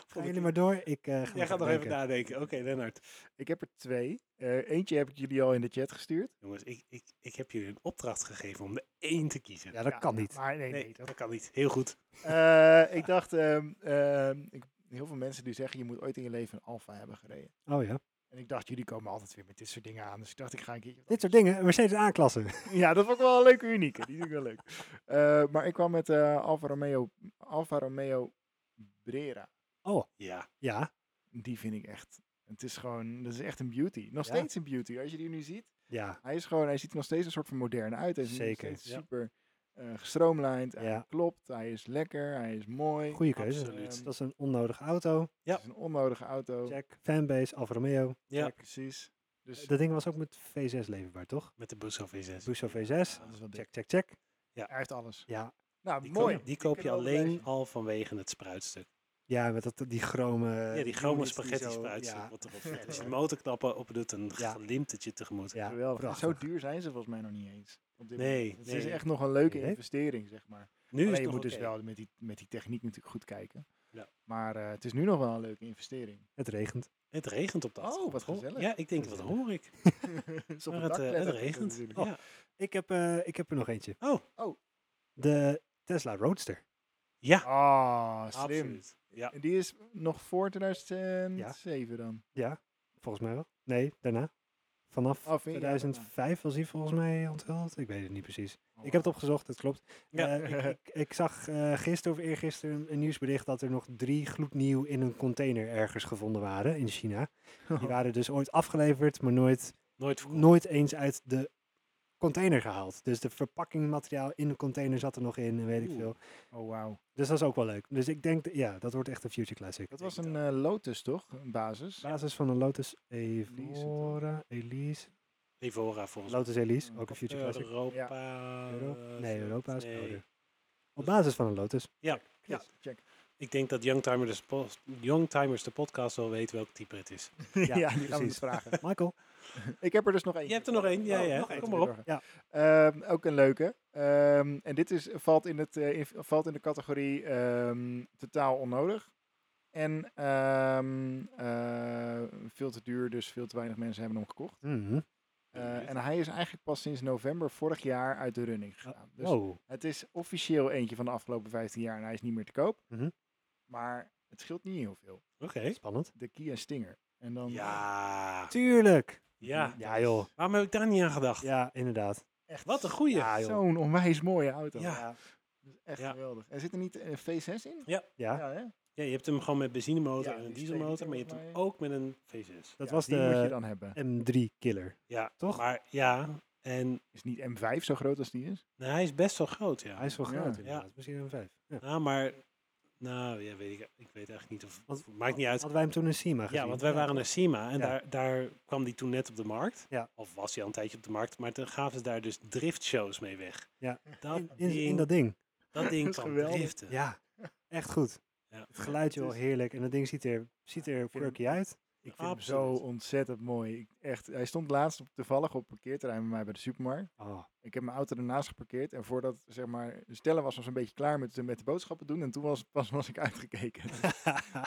Speaker 1: Gaan jullie maar door. Ik eh, ga
Speaker 3: Jij gaat nog
Speaker 1: denken.
Speaker 3: even nadenken. Oké, Lennart.
Speaker 2: ik heb er twee. Eh, eentje heb ik jullie al in de chat gestuurd.
Speaker 3: Jongens, ik, ik, ik heb jullie een opdracht gegeven om er één te kiezen.
Speaker 1: Ja, dat
Speaker 2: Ja,
Speaker 1: kan niet.
Speaker 2: Maar nee,
Speaker 3: nee,
Speaker 2: nee. dat-
Speaker 3: dat kan niet. Heel goed.
Speaker 2: Eh, ik dacht, ehm, ehm, ik, heel veel mensen die zeggen, je moet ooit in je leven een alfa hebben gereden.
Speaker 1: Oh ja.
Speaker 2: En ik dacht, jullie komen altijd weer met dit soort dingen aan. Dus ik dacht, ik ga een keertje...
Speaker 1: Dit soort dingen, een Mercedes A-klasse.
Speaker 2: Ja, dat vond ik wel een leuke unieke. Die vind ik wel leuk. Eh, maar ik kwam met eh, Alfa Romeo, Alfa Romeo Brera.
Speaker 3: Ja,
Speaker 1: Ja,
Speaker 2: Die vind ik echt. Het is gewoon, dat is echt een beauty. Nog
Speaker 1: Ja?
Speaker 2: steeds een beauty. Als je die nu ziet,
Speaker 1: ja,
Speaker 2: hij is gewoon, hij ziet er nog steeds een soort van modern uit. Hij is nog
Speaker 1: Zeker,
Speaker 2: steeds
Speaker 3: ja.
Speaker 2: super eh gestroomlijnd. Hij
Speaker 1: Ja.
Speaker 2: klopt, hij is lekker, hij is mooi. Ehm,
Speaker 1: goede keuze.
Speaker 3: Absoluut.
Speaker 1: Dat is een onnodige auto.
Speaker 2: Het is een onnodige auto.
Speaker 1: Check. Fanbase, Alfa Romeo.
Speaker 3: ja.
Speaker 2: Check, precies. Dus
Speaker 1: Dat ding was ook met V6 leverbaar, toch?
Speaker 3: met de Busso V6.
Speaker 1: Busso V6.
Speaker 2: dat is wel dik.
Speaker 1: Check, check, check.
Speaker 2: Hij heeft alles.
Speaker 1: Ja,
Speaker 2: Nou,
Speaker 3: Die,
Speaker 2: mooi. Eh,
Speaker 3: Koop, die koop je
Speaker 2: kunnen we
Speaker 3: alleen
Speaker 2: overleven.
Speaker 3: al vanwege het spruitstuk.
Speaker 1: ja met dat, die chrome... eh,
Speaker 3: ja, die chrome
Speaker 1: units die
Speaker 3: spaghetti
Speaker 1: zo-
Speaker 3: spruitstuk.
Speaker 1: Ja,
Speaker 3: Wat erop zit. Als je de motorknappen op doet, een
Speaker 1: Ja.
Speaker 3: glimtetje tegemoet.
Speaker 1: ja
Speaker 2: Geweldig. En
Speaker 1: prachtig.
Speaker 2: Zo duur zijn ze volgens mij nog niet eens. Op dit
Speaker 3: Nee,
Speaker 2: moment. Het is
Speaker 3: nee.
Speaker 2: echt nog een leuke
Speaker 1: Nee.
Speaker 2: investering, zeg maar.
Speaker 3: Nu is
Speaker 2: Alleen,
Speaker 3: het
Speaker 2: je
Speaker 3: nog
Speaker 2: moet dus
Speaker 3: oké.
Speaker 2: wel met die, met die techniek natuurlijk goed kijken.
Speaker 3: Ja.
Speaker 2: Maar eh, het is nu nog wel een leuke investering.
Speaker 1: Het regent.
Speaker 3: Het regent op dat.
Speaker 2: Oh,
Speaker 3: achtergrond.
Speaker 2: wat
Speaker 3: Hoor-
Speaker 2: gezellig.
Speaker 3: Ja, ik denk, wat
Speaker 1: Gezellig.
Speaker 3: hoor ik?
Speaker 2: Dus op
Speaker 3: Maar
Speaker 2: het
Speaker 3: het,
Speaker 2: dak
Speaker 3: eh,
Speaker 2: letten
Speaker 3: het
Speaker 2: komt
Speaker 3: regent.
Speaker 2: natuurlijk.
Speaker 3: Ja.
Speaker 1: Ik heb, eh, ik heb er nog eentje.
Speaker 3: Oh.
Speaker 2: Oh.
Speaker 1: De Tesla Roadster.
Speaker 3: ja,
Speaker 2: Ah, slim.
Speaker 3: Oh. absoluut. Ja.
Speaker 2: En die is nog voor 2007 dan.
Speaker 1: Volgens mij wel. Nee, daarna. Vanaf
Speaker 2: Oh, vind je- ja,
Speaker 1: 2005 was hij volgens mij onthuld. Ik weet het niet precies.
Speaker 2: daarna.
Speaker 1: Ik heb het opgezocht, het klopt.
Speaker 3: Ja.
Speaker 1: Eh, ik, ik, ik zag eh, gisteren of eergisteren een, een nieuwsbericht dat er nog drie gloednieuw in een container ergens gevonden waren in China. Die waren dus ooit afgeleverd, maar nooit,
Speaker 3: Nooit verkocht.
Speaker 1: nooit eens uit de container gehaald. Dus de verpakkingmateriaal in de container zat er nog in en weet ik
Speaker 3: Oeh.
Speaker 1: veel.
Speaker 2: Oh, wauw.
Speaker 1: Dus dat is ook wel leuk. Dus ik denk, d- ja, dat wordt echt een future classic.
Speaker 2: Dat was een eh, Lotus, toch? Een basis.
Speaker 1: Basis van een Lotus
Speaker 2: toch?
Speaker 1: Evora, Elise.
Speaker 3: Evora volgens mij.
Speaker 1: Lotus Elise,
Speaker 2: Ja.
Speaker 1: ook een future classic.
Speaker 3: Europa.
Speaker 1: Euro- Nee, Europa is
Speaker 3: Eh, nee.
Speaker 1: ouder. Op basis van een Lotus.
Speaker 2: Check,
Speaker 3: Ja.
Speaker 2: check.
Speaker 3: Ik denk dat Youngtimer de spo- Youngtimers de podcast wel weet welk type het is.
Speaker 2: Ja, die gaan we
Speaker 1: precies.
Speaker 2: dus vragen.
Speaker 1: Michael,
Speaker 2: Ik heb er dus nog één.
Speaker 3: Je hebt er nog één. Ja,
Speaker 2: Oh,
Speaker 3: ja.
Speaker 2: nog één
Speaker 3: Kom
Speaker 2: te
Speaker 3: maar op.
Speaker 2: bezorgen. Ehm, ook een leuke. Ehm, en dit is, valt, in het, eh, in- valt in de categorie ehm, totaal onnodig. En ehm, eh, veel te duur, dus veel te weinig mensen hebben hem gekocht.
Speaker 1: Mhm.
Speaker 2: Eh, en hij is eigenlijk pas sinds november vorig jaar uit de running gegaan. Dus
Speaker 3: Oh.
Speaker 1: wow.
Speaker 2: het is officieel eentje van de afgelopen 15 jaar en hij is niet meer te koop.
Speaker 1: Mhm.
Speaker 2: Maar het scheelt niet heel veel.
Speaker 3: Oké.
Speaker 1: Spannend.
Speaker 2: De Kia Stinger. En dan eh,
Speaker 3: Ja.
Speaker 1: Tuurlijk.
Speaker 3: Ja.
Speaker 1: Ja, joh.
Speaker 3: Waarom heb ik daar niet aan gedacht?
Speaker 1: Ja, inderdaad.
Speaker 2: echt
Speaker 3: Wat een goeie.
Speaker 1: Ja, joh.
Speaker 2: zo'n onwijs mooie auto.
Speaker 3: Ja.
Speaker 2: Dat is echt
Speaker 3: Ja.
Speaker 2: geweldig. En zit er niet eh, V6 in?
Speaker 1: Ja,
Speaker 2: hè?
Speaker 3: Ja, je hebt hem gewoon met benzinemotor
Speaker 2: Ja,
Speaker 3: en een
Speaker 2: die
Speaker 3: dieselmotor,
Speaker 2: steekt
Speaker 3: maar je hebt
Speaker 2: volgens
Speaker 3: hem
Speaker 2: mij-
Speaker 3: ook met een V6.
Speaker 1: dat
Speaker 2: Ja,
Speaker 1: was
Speaker 2: die moet je
Speaker 1: de
Speaker 2: dan hebben.
Speaker 1: M3-killer.
Speaker 3: Ja,
Speaker 1: Toch?
Speaker 3: Maar ja, en
Speaker 2: Is niet M5 zo groot als die is?
Speaker 3: nou, hij is best wel groot, ja.
Speaker 1: Hij is wel
Speaker 2: Ja.
Speaker 1: groot
Speaker 2: Ja.
Speaker 1: inderdaad. Misschien een 5. Ja.
Speaker 3: Nou, maar, nou, ja, weet ik, ik weet eigenlijk niet of,
Speaker 1: Want-
Speaker 3: maakt niet uit.
Speaker 1: Hadden wij hem toen in Sima gezien?
Speaker 3: Ja, want wij waren naar Sima en
Speaker 1: Ja.
Speaker 3: daar, daar kwam die toen net op de markt.
Speaker 1: Ja.
Speaker 3: Of was hij al een tijdje op de markt, maar toen gaven ze daar dus driftshows mee weg.
Speaker 1: Ja.
Speaker 3: Dat
Speaker 1: in, in,
Speaker 3: ding,
Speaker 1: in
Speaker 3: dat,
Speaker 1: dat ding.
Speaker 3: ding
Speaker 2: is
Speaker 3: kan
Speaker 2: geweldig.
Speaker 3: driften.
Speaker 1: Ja, echt goed.
Speaker 3: Ja.
Speaker 1: Het geluid joh,
Speaker 2: Het is-
Speaker 1: heerlijk. En dat ding ziet er, ziet er
Speaker 2: vind hem-
Speaker 1: quirky uit.
Speaker 2: Ik vind hem zo
Speaker 3: Absoluut.
Speaker 2: ontzettend mooi. Ik, echt, hij stond laatst op, toevallig op parkeerterrein bij mij bij de supermarkt.
Speaker 1: Oh,
Speaker 2: Ik heb mijn auto ernaast geparkeerd. En voordat zeg maar, stellen was, was een beetje klaar met, met de boodschappen doen. En toen was, pas was ik uitgekeken.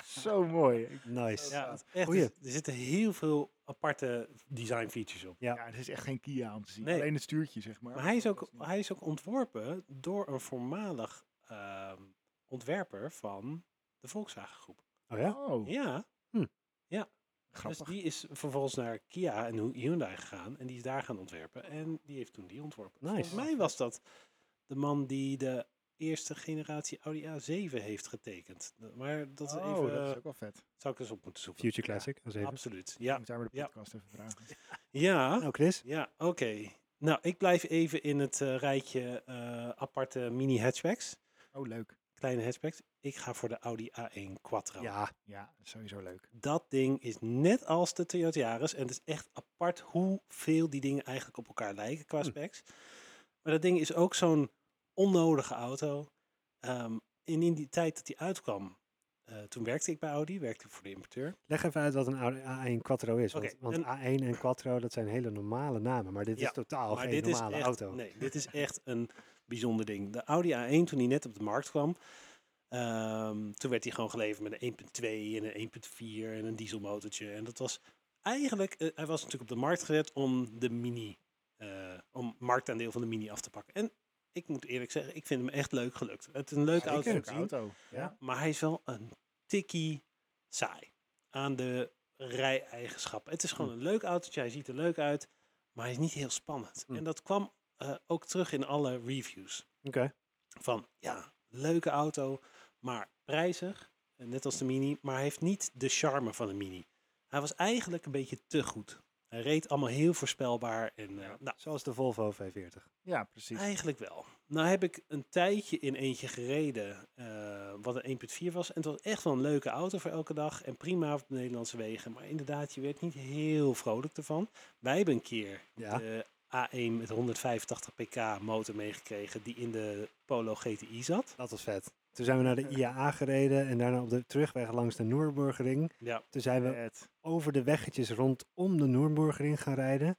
Speaker 2: zo mooi. Ik-
Speaker 1: nice.
Speaker 3: Ja, het is echt,
Speaker 1: Goeie.
Speaker 3: er zitten heel veel aparte design features op.
Speaker 1: Ja.
Speaker 2: Ja, het is echt geen Kia om te zien.
Speaker 3: Nee.
Speaker 2: Alleen het stuurtje, zeg maar.
Speaker 3: Maar hij is
Speaker 2: Dat
Speaker 3: ook,
Speaker 2: niet-
Speaker 3: hij is ook ontworpen door een voormalig ehm, ontwerper van de Volkswagen Groep.
Speaker 1: Oh ja?
Speaker 2: Oh,
Speaker 3: Ja,
Speaker 2: grappig.
Speaker 3: dus die is vervolgens naar Kia en Hu- Hyundai gegaan en die is daar gaan ontwerpen en die heeft toen die ontworpen. Dus
Speaker 1: Nice.
Speaker 3: Volgens mij was dat de man die de eerste generatie Audi A7 heeft getekend. De- Maar dat, is
Speaker 2: oh,
Speaker 3: even, eh,
Speaker 2: dat is ook wel vet.
Speaker 3: zou ik eens op moeten zoeken.
Speaker 1: Future Classic, als even.
Speaker 3: Absoluut,
Speaker 2: Ja.
Speaker 3: ja.
Speaker 2: Moet daar maar de
Speaker 3: Ja.
Speaker 2: podcast even vragen.
Speaker 3: Ja,
Speaker 1: Nou Chris,
Speaker 3: ja oké. Nou, ik blijf even in het eh, rijtje eh, aparte mini-hatchbacks.
Speaker 2: Oh, leuk.
Speaker 3: kleine hatchbacks. Ik ga voor de Audi A1 Quattro.
Speaker 1: ja,
Speaker 2: Ja, sowieso leuk.
Speaker 3: Dat ding is net als de Toyota Yaris. En het is echt apart hoeveel die dingen eigenlijk op elkaar lijken qua
Speaker 1: Hm.
Speaker 3: specs. Maar dat ding is ook zo'n onnodige auto. Ehm, en in die tijd dat die uitkwam, eh, toen werkte ik bij Audi, werkte ik voor de importeur.
Speaker 1: leg even uit wat een oude A1 Quattro is. Want,
Speaker 3: Oké,
Speaker 1: want
Speaker 3: een-
Speaker 1: A1 en Quattro, dat zijn hele normale namen. Maar dit
Speaker 3: Ja,
Speaker 1: is totaal geen
Speaker 3: dit
Speaker 1: normale
Speaker 3: is echt,
Speaker 1: auto.
Speaker 3: Nee, dit is echt een bijzonder ding. De Audi A1, toen die net op de markt kwam, ehm, toen werd die gewoon geleverd met een 1.2 en een 1.4 en een dieselmotortje. En dat was eigenlijk, eh, hij was natuurlijk op de markt gezet om de mini, eh, om marktaandeel van de mini af te pakken. En ik moet eerlijk zeggen, ik vind hem echt leuk gelukt. Het is een leuke
Speaker 2: Zeker,
Speaker 3: auto om
Speaker 2: leuke
Speaker 3: te zien,
Speaker 2: auto.
Speaker 1: Ja.
Speaker 3: maar hij is wel een tikkie saai aan de rij-eigenschappen. Het is
Speaker 1: Hm.
Speaker 3: gewoon een leuk autootje, hij ziet er leuk uit, maar hij is niet heel spannend.
Speaker 1: Hm.
Speaker 3: En dat kwam eh, ook terug in alle reviews.
Speaker 1: Oké,
Speaker 3: Van, ja, leuke auto, maar prijzig, eh, net als de Mini, maar hij heeft niet de charme van de Mini. Hij was eigenlijk een beetje te goed. Hij reed allemaal heel voorspelbaar en eh, nou,
Speaker 1: zoals de Volvo V40.
Speaker 2: Ja, precies.
Speaker 3: Eigenlijk wel. Nou heb ik een tijdje in eentje gereden, eh, wat een 1.4 was. En het was echt wel een leuke auto voor elke dag. En prima op de Nederlandse wegen. Maar inderdaad, je werd niet heel vrolijk ervan. Wij hebben een keer
Speaker 1: Ja.
Speaker 3: de A1 met 185 pk motor meegekregen die in de Polo GTI zat.
Speaker 1: Dat was vet. Toen zijn we naar de
Speaker 3: Eh.
Speaker 1: IAA gereden en daarna op de terugweg langs de Noorburgering.
Speaker 3: Ja,
Speaker 1: Toen zijn we
Speaker 2: Vet.
Speaker 1: over de weggetjes rondom de Noorburgering gaan rijden.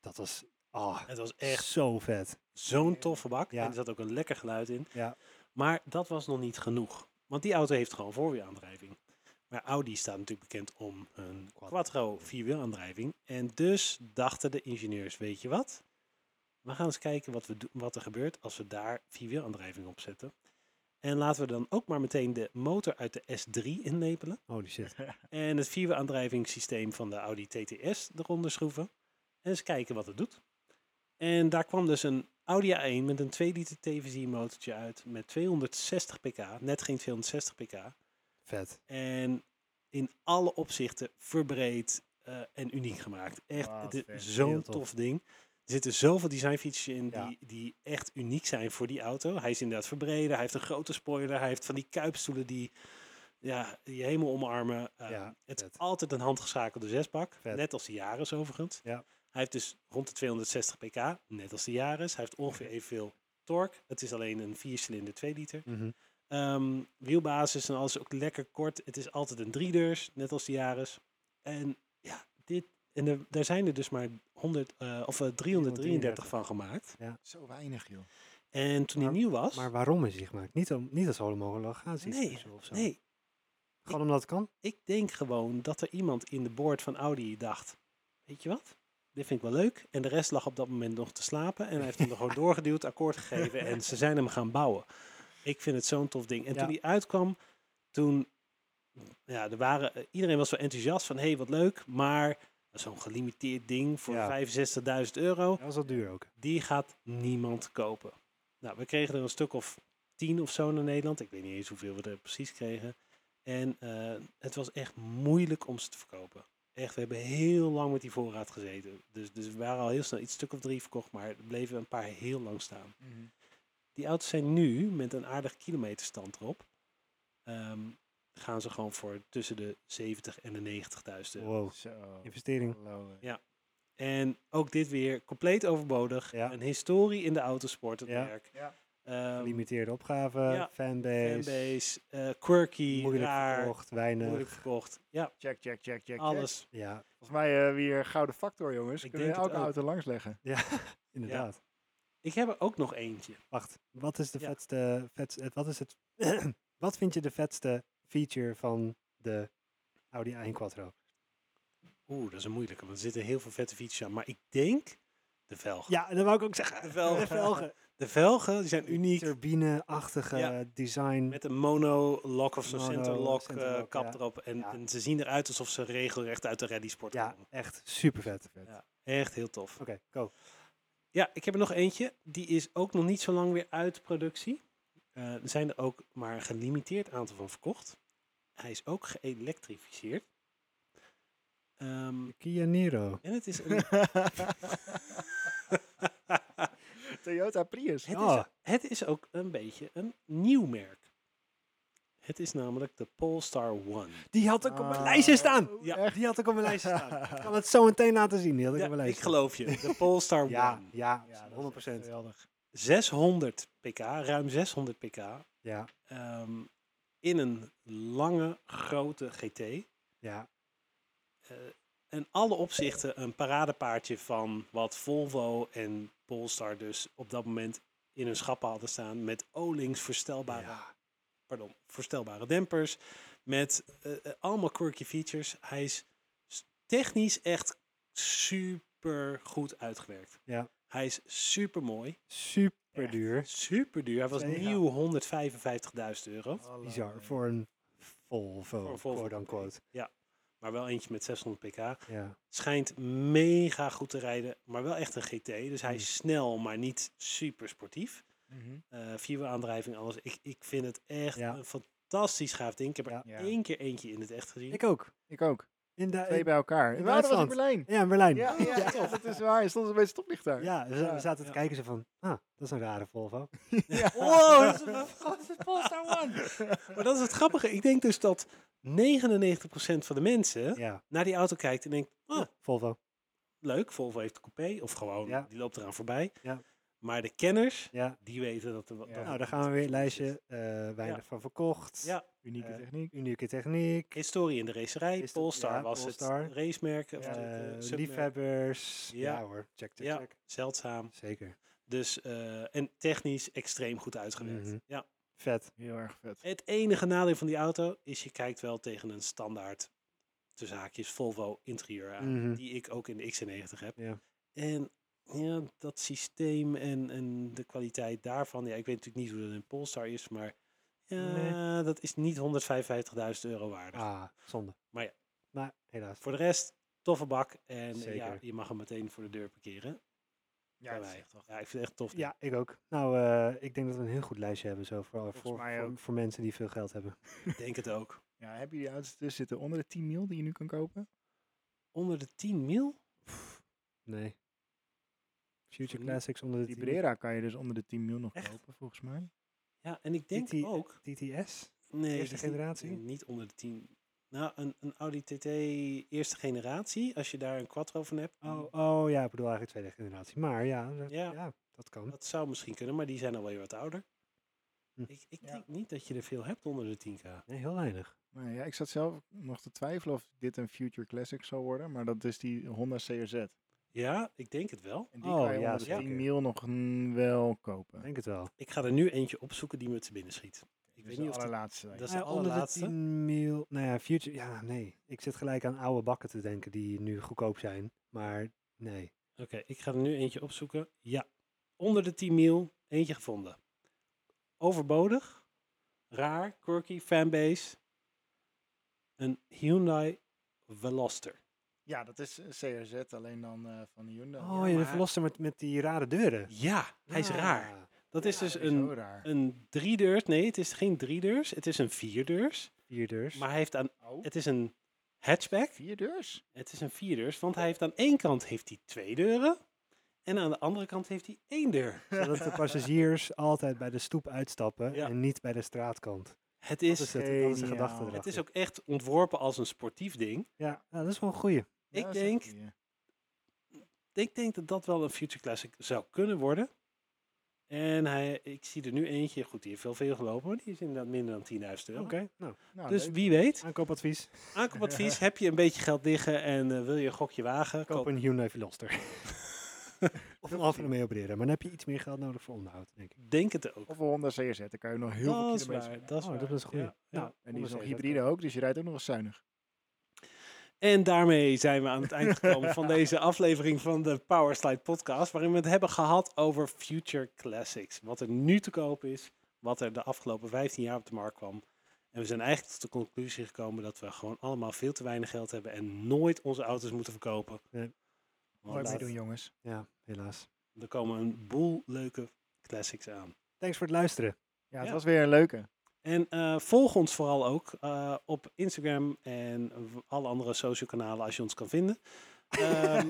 Speaker 1: Dat was ah,
Speaker 3: het was echt
Speaker 1: echt zo vet.
Speaker 3: zo'n toffe bak.
Speaker 1: Eh, Ja.
Speaker 3: En er zat ook een lekker geluid in.
Speaker 1: Ja.
Speaker 3: Maar dat was nog niet genoeg. Want die auto heeft gewoon voorwielaandrijving. Maar Audi staat natuurlijk bekend om hun quattro vierwielaandrijving. En dus dachten de ingenieurs, weet je wat? We gaan eens kijken wat, we do- wat er gebeurt als we daar vierwielaandrijving op zetten. En laten we dan ook maar meteen de motor uit de S3 inlepelen.
Speaker 1: Holy shit.
Speaker 3: En het vierwielaandrijvingssysteem van de Audi TTS eronder schroeven. En eens kijken wat het doet. En daar kwam dus een Audi A1 met een 2 liter TVZ motortje uit met 260 pk. Net geen 260 pk.
Speaker 1: Vet.
Speaker 3: En in alle opzichten verbreed eh, en uniek gemaakt. Echt
Speaker 2: Wauw,
Speaker 3: het is
Speaker 2: vet.
Speaker 3: zo'n
Speaker 1: Heel
Speaker 3: tof.
Speaker 1: tof.
Speaker 3: ding. Er zitten zoveel design features in
Speaker 1: Ja.
Speaker 3: die, die echt uniek zijn voor die auto. Hij is inderdaad verbreden. Hij heeft een grote spoiler. Hij heeft van die kuipstoelen die ja, je helemaal omarmen. Eh,
Speaker 1: Ja,
Speaker 3: het is
Speaker 1: vet.
Speaker 3: altijd een handgeschakelde zesbak.
Speaker 1: Vet.
Speaker 3: Net als de Yaris overigens.
Speaker 1: Ja.
Speaker 3: Hij heeft dus rond de 260 pk. Net als de Yaris. Hij heeft ongeveer evenveel torque. Het is alleen een 4-cilinder 2 liter.
Speaker 1: Mhm.
Speaker 3: Ehm, wielbasis en alles ook lekker kort. Het is altijd een driedeurs, net als de Jaris. En ja, dit, en er, daar zijn er dus maar 100, eh, of eh, 333 van gemaakt.
Speaker 2: Zo weinig, joh.
Speaker 3: En toen die
Speaker 1: Maar-
Speaker 3: nieuw was,
Speaker 1: Maar waarom is die gemaakt? Niet, om, niet als homologatie
Speaker 3: Nee,
Speaker 1: special of zo.
Speaker 3: nee,
Speaker 1: Gewoon omdat het kan?
Speaker 3: ik Oh. denk gewoon dat er iemand in de board van Audi dacht, weet je wat? Dit vind ik wel leuk. En de rest lag op dat moment nog te slapen. En hij heeft hem er gewoon doorgeduwd, akkoord gegeven. En ze zijn hem gaan bouwen. Ik vind het zo'n tof ding. En
Speaker 1: Ja.
Speaker 3: toen die uitkwam, toen... Ja, er waren, eh, iedereen was wel enthousiast van, hé, hey, wat leuk. Maar zo'n gelimiteerd ding voor
Speaker 1: Ja.
Speaker 3: 65.000 euro,
Speaker 1: Dat was wel duur ook.
Speaker 3: die gaat niemand kopen. Nou, we kregen er een stuk of tien of zo naar Nederland. Ik weet niet eens hoeveel we er precies kregen. En eh, het was echt moeilijk om ze te verkopen. Echt, we hebben heel lang met die voorraad gezeten. Dus, dus we waren al heel snel iets stuk of drie verkocht, maar er bleven een paar heel lang staan.
Speaker 1: Mhm.
Speaker 3: Die auto's zijn nu, met een aardig kilometerstand erop, ehm, gaan ze gewoon voor tussen de 70 en de 90.000 euro.
Speaker 1: Wow.
Speaker 2: Zo.
Speaker 1: Investering.
Speaker 2: hallo, eh.
Speaker 3: En ook dit weer compleet overbodig.
Speaker 1: Ja.
Speaker 3: Een historie in de autosport, het
Speaker 1: Ja.
Speaker 3: merk.
Speaker 2: Ja.
Speaker 3: Ehm,
Speaker 1: Gelimiteerde opgave,
Speaker 3: ja,
Speaker 1: fanbase,
Speaker 3: fanbase, eh, quirky,
Speaker 1: moeilijk eh.
Speaker 3: raar,
Speaker 1: verkocht, weinig.
Speaker 3: moeilijk verkocht. Ja,
Speaker 2: Check, check, check, check. check.
Speaker 3: alles.
Speaker 1: Ja,
Speaker 2: Volgens mij eh weer gouden factor, jongens.
Speaker 3: Ik
Speaker 2: Kunnen we
Speaker 3: denk het
Speaker 2: elke auto langs leggen?
Speaker 1: ja inderdaad.
Speaker 3: Ik heb er ook nog eentje.
Speaker 1: Wacht, wat is de
Speaker 3: Ja.
Speaker 1: vetste, vetste eh, wat is het, wat vind je de vetste feature van de Audi A1 Quattro?
Speaker 3: Oeh, dat is een moeilijke, want er zitten heel veel vette fietsen aan. Maar ik denk de velgen.
Speaker 1: Ja, dat wou ik ook zeggen.
Speaker 3: De velgen.
Speaker 1: De
Speaker 3: De velgen die zijn uniek.
Speaker 1: Turbine-achtige
Speaker 3: Ja.
Speaker 1: design.
Speaker 3: Met een mono-lok of zo'n
Speaker 1: Mono-
Speaker 3: centerlok
Speaker 1: centerlok,
Speaker 3: eh, kap
Speaker 1: ja.
Speaker 3: erop. En,
Speaker 1: Ja.
Speaker 3: en ze zien eruit alsof ze regelrecht uit de rallysport
Speaker 1: ja,
Speaker 3: komen.
Speaker 1: echt super vet. Oké,
Speaker 3: Ja, echt heel tof.
Speaker 1: go.
Speaker 3: Ja, ik heb er nog eentje. Die is ook nog niet zo lang weer uit productie. Eh, er zijn er ook maar een gelimiteerd aantal van verkocht. Hij is ook geëlektrificeerd. Ehm,
Speaker 1: Kia Niro.
Speaker 3: en het is een,
Speaker 2: Toyota Prius.
Speaker 3: het,
Speaker 1: Ah.
Speaker 3: is, het is ook een beetje een nieuw merk. Het is namelijk de Polestar One.
Speaker 1: Die had ik op mijn
Speaker 2: Ah,
Speaker 1: lijstje staan.
Speaker 2: oh,
Speaker 3: Ja.
Speaker 2: Echt?
Speaker 1: Die had ik op mijn lijstje staan. Ik kan het zo meteen laten zien. Die had ik
Speaker 3: Ja,
Speaker 1: op mijn
Speaker 3: ik
Speaker 1: lijstje.
Speaker 3: geloof je, de Polestar
Speaker 1: Ja,
Speaker 3: One.
Speaker 1: ja,
Speaker 2: Ja, dat is
Speaker 1: 100
Speaker 2: echt geweldig.
Speaker 3: 600 pk, ruim 600 pk.
Speaker 1: Ja,
Speaker 3: ehm, in een lange, grote GT.
Speaker 1: ja.
Speaker 3: eh, in alle opzichten een paradepaardje van wat Volvo en Polestar dus op dat moment in hun schappen hadden staan. Met O-links verstelbare,
Speaker 1: ja.
Speaker 3: pardon, verstelbare dempers. Met eh, eh, allemaal quirky features. Hij is s- technisch echt super goed uitgewerkt.
Speaker 1: Ja.
Speaker 3: Hij is super mooi,
Speaker 1: Super
Speaker 2: Echt.
Speaker 1: duur.
Speaker 3: super duur. Hij was
Speaker 1: Zeker.
Speaker 3: nieuw 155.000 euro.
Speaker 2: Hallo, eh.
Speaker 1: Bizar voor een Volvo,
Speaker 3: Voor een Volvo.
Speaker 1: quote unquote.
Speaker 3: Maar wel eentje met 600 pk.
Speaker 1: Ja,
Speaker 3: Schijnt mega goed te rijden, maar wel echt een GT. Dus hij
Speaker 1: Mm.
Speaker 3: is snel, maar niet super sportief.
Speaker 2: Mhm.
Speaker 3: Eh Vierwielaandrijving, alles. Ik, ik vind het echt
Speaker 1: Ja.
Speaker 3: een fantastisch gaaf ding. Ik heb er
Speaker 1: Ja.
Speaker 2: Ja.
Speaker 3: één keer eentje in het echt gezien.
Speaker 1: ik ook.
Speaker 2: Ik ook.
Speaker 1: In de,
Speaker 2: Twee bij elkaar.
Speaker 1: in
Speaker 2: We waren was in
Speaker 1: Duitsland.
Speaker 2: Berlijn.
Speaker 1: ja, in Berlijn.
Speaker 2: Ja, ja, ja, dat is waar. Je stond een beetje stoplicht daar.
Speaker 1: Ja, dus we, za- we zaten
Speaker 3: Ja.
Speaker 1: te kijken zo van, ah, dat is een rare Volvo.
Speaker 2: Ja.
Speaker 3: Wow,
Speaker 1: Oh.
Speaker 3: dat is een Polestar One. maar dat is het grappige. Ik denk dus dat 99% van de mensen
Speaker 1: Ja,
Speaker 3: naar die auto kijkt en denkt... Oh,
Speaker 1: Volvo.
Speaker 3: leuk, Volvo heeft een coupé. Of gewoon,
Speaker 1: Ja.
Speaker 3: die loopt eraan voorbij.
Speaker 1: Ja.
Speaker 3: Maar de kenners,
Speaker 1: Ja.
Speaker 3: die weten dat er... wat.
Speaker 2: Ja.
Speaker 3: dat
Speaker 1: Nou,
Speaker 3: het
Speaker 1: daar
Speaker 3: iets
Speaker 1: gaan we weer.
Speaker 3: bijzonders is.
Speaker 1: Lijstje, eh, weinig van verkocht.
Speaker 3: Ja.
Speaker 2: Unieke
Speaker 1: Eh,
Speaker 2: techniek.
Speaker 1: Unieke techniek.
Speaker 3: Historie in de racerij.
Speaker 1: Is dat-
Speaker 3: Polestar
Speaker 1: ja,
Speaker 3: was
Speaker 1: Polestar.
Speaker 3: het racemerk. of
Speaker 1: eh,
Speaker 3: het, eh, submerk.
Speaker 1: liefhebbers. Ja.
Speaker 3: Ja.
Speaker 1: hoor, check, check,
Speaker 3: Ja.
Speaker 1: check.
Speaker 3: Zeldzaam.
Speaker 1: Zeker.
Speaker 3: Dus, eh, en technisch extreem goed uitgewerkt.
Speaker 1: Mhm.
Speaker 3: Ja.
Speaker 1: Vet.
Speaker 2: Heel erg vet.
Speaker 3: Het enige nadeel van die auto is je kijkt wel tegen een standaard tussen haakjes Volvo interieur aan.
Speaker 1: Mhm.
Speaker 3: Die ik ook in de X90 heb.
Speaker 1: Ja.
Speaker 3: En ja, dat systeem en, en de kwaliteit daarvan. Ja, ik weet natuurlijk niet hoe dat in Polestar is, maar ja, dat is niet 155.000 euro waardig.
Speaker 1: Ah, zonde.
Speaker 3: Maar ja.
Speaker 1: Maar helaas.
Speaker 3: Voor de rest, toffe bak. En ja,
Speaker 1: Zeker.
Speaker 3: je mag hem meteen voor de deur parkeren.
Speaker 2: Ja,
Speaker 3: bij
Speaker 2: dat is
Speaker 3: mij.
Speaker 2: echt wel.
Speaker 3: ja ik vind het echt tof.
Speaker 1: Ja, ik ook. Nou, eh, ik denk dat we een heel goed lijstje hebben zo voor, voor,
Speaker 2: mij
Speaker 1: voor,
Speaker 2: ook.
Speaker 1: voor mensen die veel geld hebben.
Speaker 3: Ik denk het ook.
Speaker 2: Ja, heb je die auto's tussen zitten onder de 10 mil die je nu kan kopen?
Speaker 3: Onder de 10 mil?
Speaker 1: Nee. Future
Speaker 3: Vernieuw-
Speaker 1: Classics onder de
Speaker 2: Die
Speaker 1: tien.
Speaker 2: Brera kan je dus onder de 10 mil nog
Speaker 3: Echt?
Speaker 2: kopen, volgens mij.
Speaker 3: Ja, en ik denk
Speaker 1: die-
Speaker 3: ook...
Speaker 1: TTS?
Speaker 3: Nee,
Speaker 1: eerste
Speaker 3: die is niet-
Speaker 1: generatie?
Speaker 3: Niet onder de 10. Nou, een, een Audi TT eerste generatie, als je daar een quattro van hebt.
Speaker 1: Oh, oh ja, ik bedoel eigenlijk tweede generatie. Maar ja, dat,
Speaker 3: Mm. Ja.
Speaker 1: ja. dat kan.
Speaker 3: Dat zou misschien kunnen, maar die zijn al wel weer wat ouder.
Speaker 1: Hm.
Speaker 3: Ik, ik
Speaker 2: Ja.
Speaker 3: denk niet dat je er veel hebt onder de 10k.
Speaker 1: Nee, heel weinig.
Speaker 2: Nou ja, ik zat zelf nog te twijfelen of dit een Future Classic zou worden, maar dat is die Honda CRZ.
Speaker 3: Ja, ik denk het wel.
Speaker 2: En die
Speaker 1: Oh,
Speaker 2: kan je
Speaker 1: ja,
Speaker 2: onder de
Speaker 1: zeker.
Speaker 2: 10 mil nog mm, wel kopen.
Speaker 1: Ik denk het wel.
Speaker 3: Ik ga er nu eentje opzoeken die me te binnen schiet. Ik weet niet of
Speaker 2: de
Speaker 3: dat...
Speaker 2: allerlaatste. zijn.
Speaker 3: dat is
Speaker 1: Nou Ja,
Speaker 3: de
Speaker 1: onder de
Speaker 3: allerlaatste.
Speaker 1: 10 mil. Nou ja, Future. Ja, nee. Ik zit gelijk aan oude bakken te denken die nu goedkoop zijn. Maar nee.
Speaker 3: Oké, ik ga er nu eentje opzoeken. Ja, onder de 10 mil, eentje gevonden. Overbodig, raar, quirky, fanbase. Een Hyundai Veloster.
Speaker 2: Ja, dat is eh, een CRZ, alleen dan eh, van de Hyundai.
Speaker 1: Oh ja, de
Speaker 3: maar-
Speaker 1: verlosser met, met die rare deuren. Ah,
Speaker 3: Ja, hij is raar.
Speaker 1: Ja,
Speaker 3: Dat is dus
Speaker 2: dat
Speaker 3: een,
Speaker 2: heel raar.
Speaker 3: een driedeurs. Nee, het is geen driedeurs. Het is een vierdeurs.
Speaker 1: Vier deurs.
Speaker 3: Maar hij heeft aan...
Speaker 2: Oh,
Speaker 3: Het is een hatchback.
Speaker 2: vier deurs?
Speaker 3: Het is een vierdeurs, want hij heeft aan één kant heeft hij twee deuren. En aan de andere kant heeft hij één deur.
Speaker 1: Zodat de passagiers altijd bij de stoep uitstappen
Speaker 3: Ja.
Speaker 1: en niet bij de straatkant.
Speaker 3: Het
Speaker 1: Dat
Speaker 3: is,
Speaker 1: is, het, dat is de
Speaker 2: geniaal.
Speaker 1: gedachte erachter.
Speaker 3: het is ook echt ontworpen als een sportief ding.
Speaker 1: Ja, nou, dat is wel een goeie.
Speaker 3: Ik
Speaker 2: dat is een
Speaker 3: denk-
Speaker 2: goeie.
Speaker 3: Ik denk dat dat wel een future classic zou kunnen worden. En hij, ik zie er nu eentje, goed, die heeft wel veel gelopen, maar die is inderdaad minder dan 10.000 euro.
Speaker 1: Oké, nou,
Speaker 2: Nou,
Speaker 3: Dus
Speaker 2: leuk.
Speaker 3: wie weet,
Speaker 1: aankoopadvies.
Speaker 3: aankoopadvies, heb je een beetje geld liggen en eh, wil je een gokje wagen,
Speaker 1: Koop
Speaker 3: koop
Speaker 1: een Hyundai Veloster. of een Alfa Romeo Brera. Maar dan heb je iets meer geld nodig voor onderhoud, denk ik.
Speaker 3: denk het ook.
Speaker 2: Of een Honda CRZ, daar kan je nog heel veel
Speaker 3: dat is
Speaker 2: kilometers mee.
Speaker 3: waar, dat is
Speaker 1: Oh,
Speaker 3: waar.
Speaker 1: dat is een goeie.
Speaker 3: Ja,
Speaker 1: Nou,
Speaker 3: ja.
Speaker 2: En die is nog
Speaker 1: Honda CRZ
Speaker 2: hybride ook, dus je rijdt ook nog eens zuinig.
Speaker 3: En daarmee zijn we aan het eind gekomen van deze aflevering van de Powerslide podcast, waarin we het hebben gehad over future classics. Wat er nu te koop is, wat er de afgelopen 15 jaar op de markt kwam. En we zijn eigenlijk tot de conclusie gekomen dat we gewoon allemaal veel te weinig geld hebben en nooit onze auto's moeten verkopen.
Speaker 1: Nee.
Speaker 3: Want
Speaker 2: Mooi
Speaker 3: daar-
Speaker 2: mee doen, jongens.
Speaker 1: Ja, helaas.
Speaker 3: er komen een boel leuke classics aan.
Speaker 1: Thanks voor het luisteren.
Speaker 2: Ja, het
Speaker 3: Ja.
Speaker 2: was weer een leuke.
Speaker 3: En eh, volg ons vooral ook eh, op Instagram en w- alle andere social kanalen als je ons kan vinden. Ehm,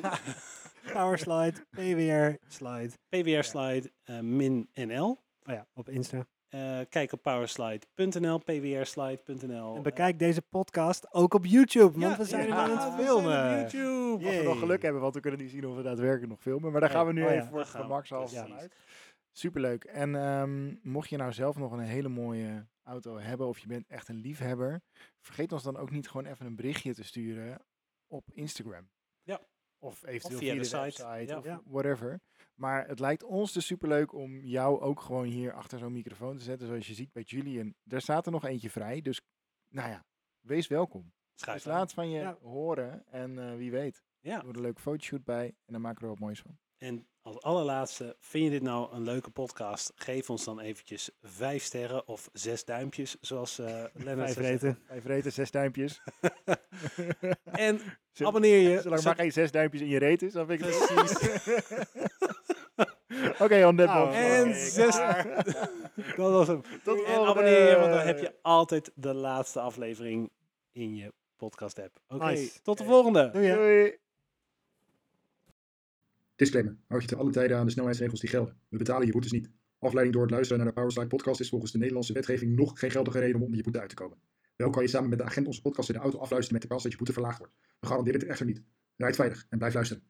Speaker 1: Powerslide, PWR, Slide.
Speaker 3: PWR Slide eh, min NL.
Speaker 1: Oh ja, op Insta.
Speaker 3: Eh, kijk op powerslide.nl, pwrslide.nl.
Speaker 1: En bekijk deze podcast ook op YouTube,
Speaker 3: eh. Ja,
Speaker 1: want we zijn
Speaker 3: ja, Ah,
Speaker 1: hem aan
Speaker 3: we zijn
Speaker 1: het
Speaker 3: op
Speaker 1: filmen.
Speaker 3: YouTube.
Speaker 2: Als we nog
Speaker 1: Yay.
Speaker 2: geluk hebben, want we kunnen niet zien of we daadwerkelijk nog filmen. Maar daar
Speaker 1: Nee.
Speaker 2: gaan we nu
Speaker 1: Oh ja,
Speaker 2: even voor
Speaker 3: daar
Speaker 2: het
Speaker 3: gaan we.
Speaker 2: gemakshalve
Speaker 1: Precies.
Speaker 2: van uit. Superleuk. En ehm, mocht je nou zelf nog een hele mooie auto hebben of je bent echt een liefhebber, vergeet ons dan ook niet gewoon even een berichtje te sturen op Instagram.
Speaker 3: Ja.
Speaker 2: Of eventueel via,
Speaker 3: via de
Speaker 2: de,
Speaker 3: site.
Speaker 2: website
Speaker 3: Ja.
Speaker 2: of
Speaker 1: Ja.
Speaker 2: whatever. Maar het lijkt ons dus superleuk om jou ook gewoon hier achter zo'n microfoon te zetten. Zoals je ziet bij Julian. Daar staat er nog eentje vrij. Dus nou ja, wees welkom.
Speaker 3: Schuif
Speaker 2: Dus
Speaker 3: aan.
Speaker 2: laat van je
Speaker 1: Ja.
Speaker 2: horen. En eh, wie weet.
Speaker 3: Ja.
Speaker 2: Er wordt een leuke fotoshoot bij en dan maken we er wat moois van.
Speaker 3: En als allerlaatste, vind je dit nou een leuke podcast? Geef ons dan eventjes vijf sterren of zes duimpjes, zoals eh
Speaker 1: Vijf
Speaker 3: Lennart zei.
Speaker 1: reten.
Speaker 2: Vijf reten, zes duimpjes.
Speaker 3: En
Speaker 2: Zo-
Speaker 3: abonneer je.
Speaker 2: Zolang
Speaker 3: zo-
Speaker 2: maar geen zes duimpjes in je reet is, dan vind ik het
Speaker 3: Precies.
Speaker 2: Oké, on that
Speaker 1: Nou,
Speaker 2: bombshell.
Speaker 3: en
Speaker 2: Oké,
Speaker 3: zes-
Speaker 2: klaar.
Speaker 3: Dat was hem.
Speaker 2: Tot de
Speaker 3: En
Speaker 2: volgende.
Speaker 3: abonneer je, want dan heb je altijd de laatste aflevering in je podcast app. Oké,
Speaker 1: Nice.
Speaker 3: tot de volgende.
Speaker 1: Doei. hè.
Speaker 2: Doei.
Speaker 5: Disclaimer. Houd je te alle tijden aan de snelheidsregels die gelden. We betalen je boetes niet. Afleiding door het luisteren naar de Powerslide podcast is volgens de Nederlandse wetgeving nog geen geldige reden om onder je boete uit te komen. Wel kan je samen met de agent onze podcast in de auto afluisteren met de kans dat je boete verlaagd wordt. We garanderen dit echter niet. Rijd veilig en blijf luisteren.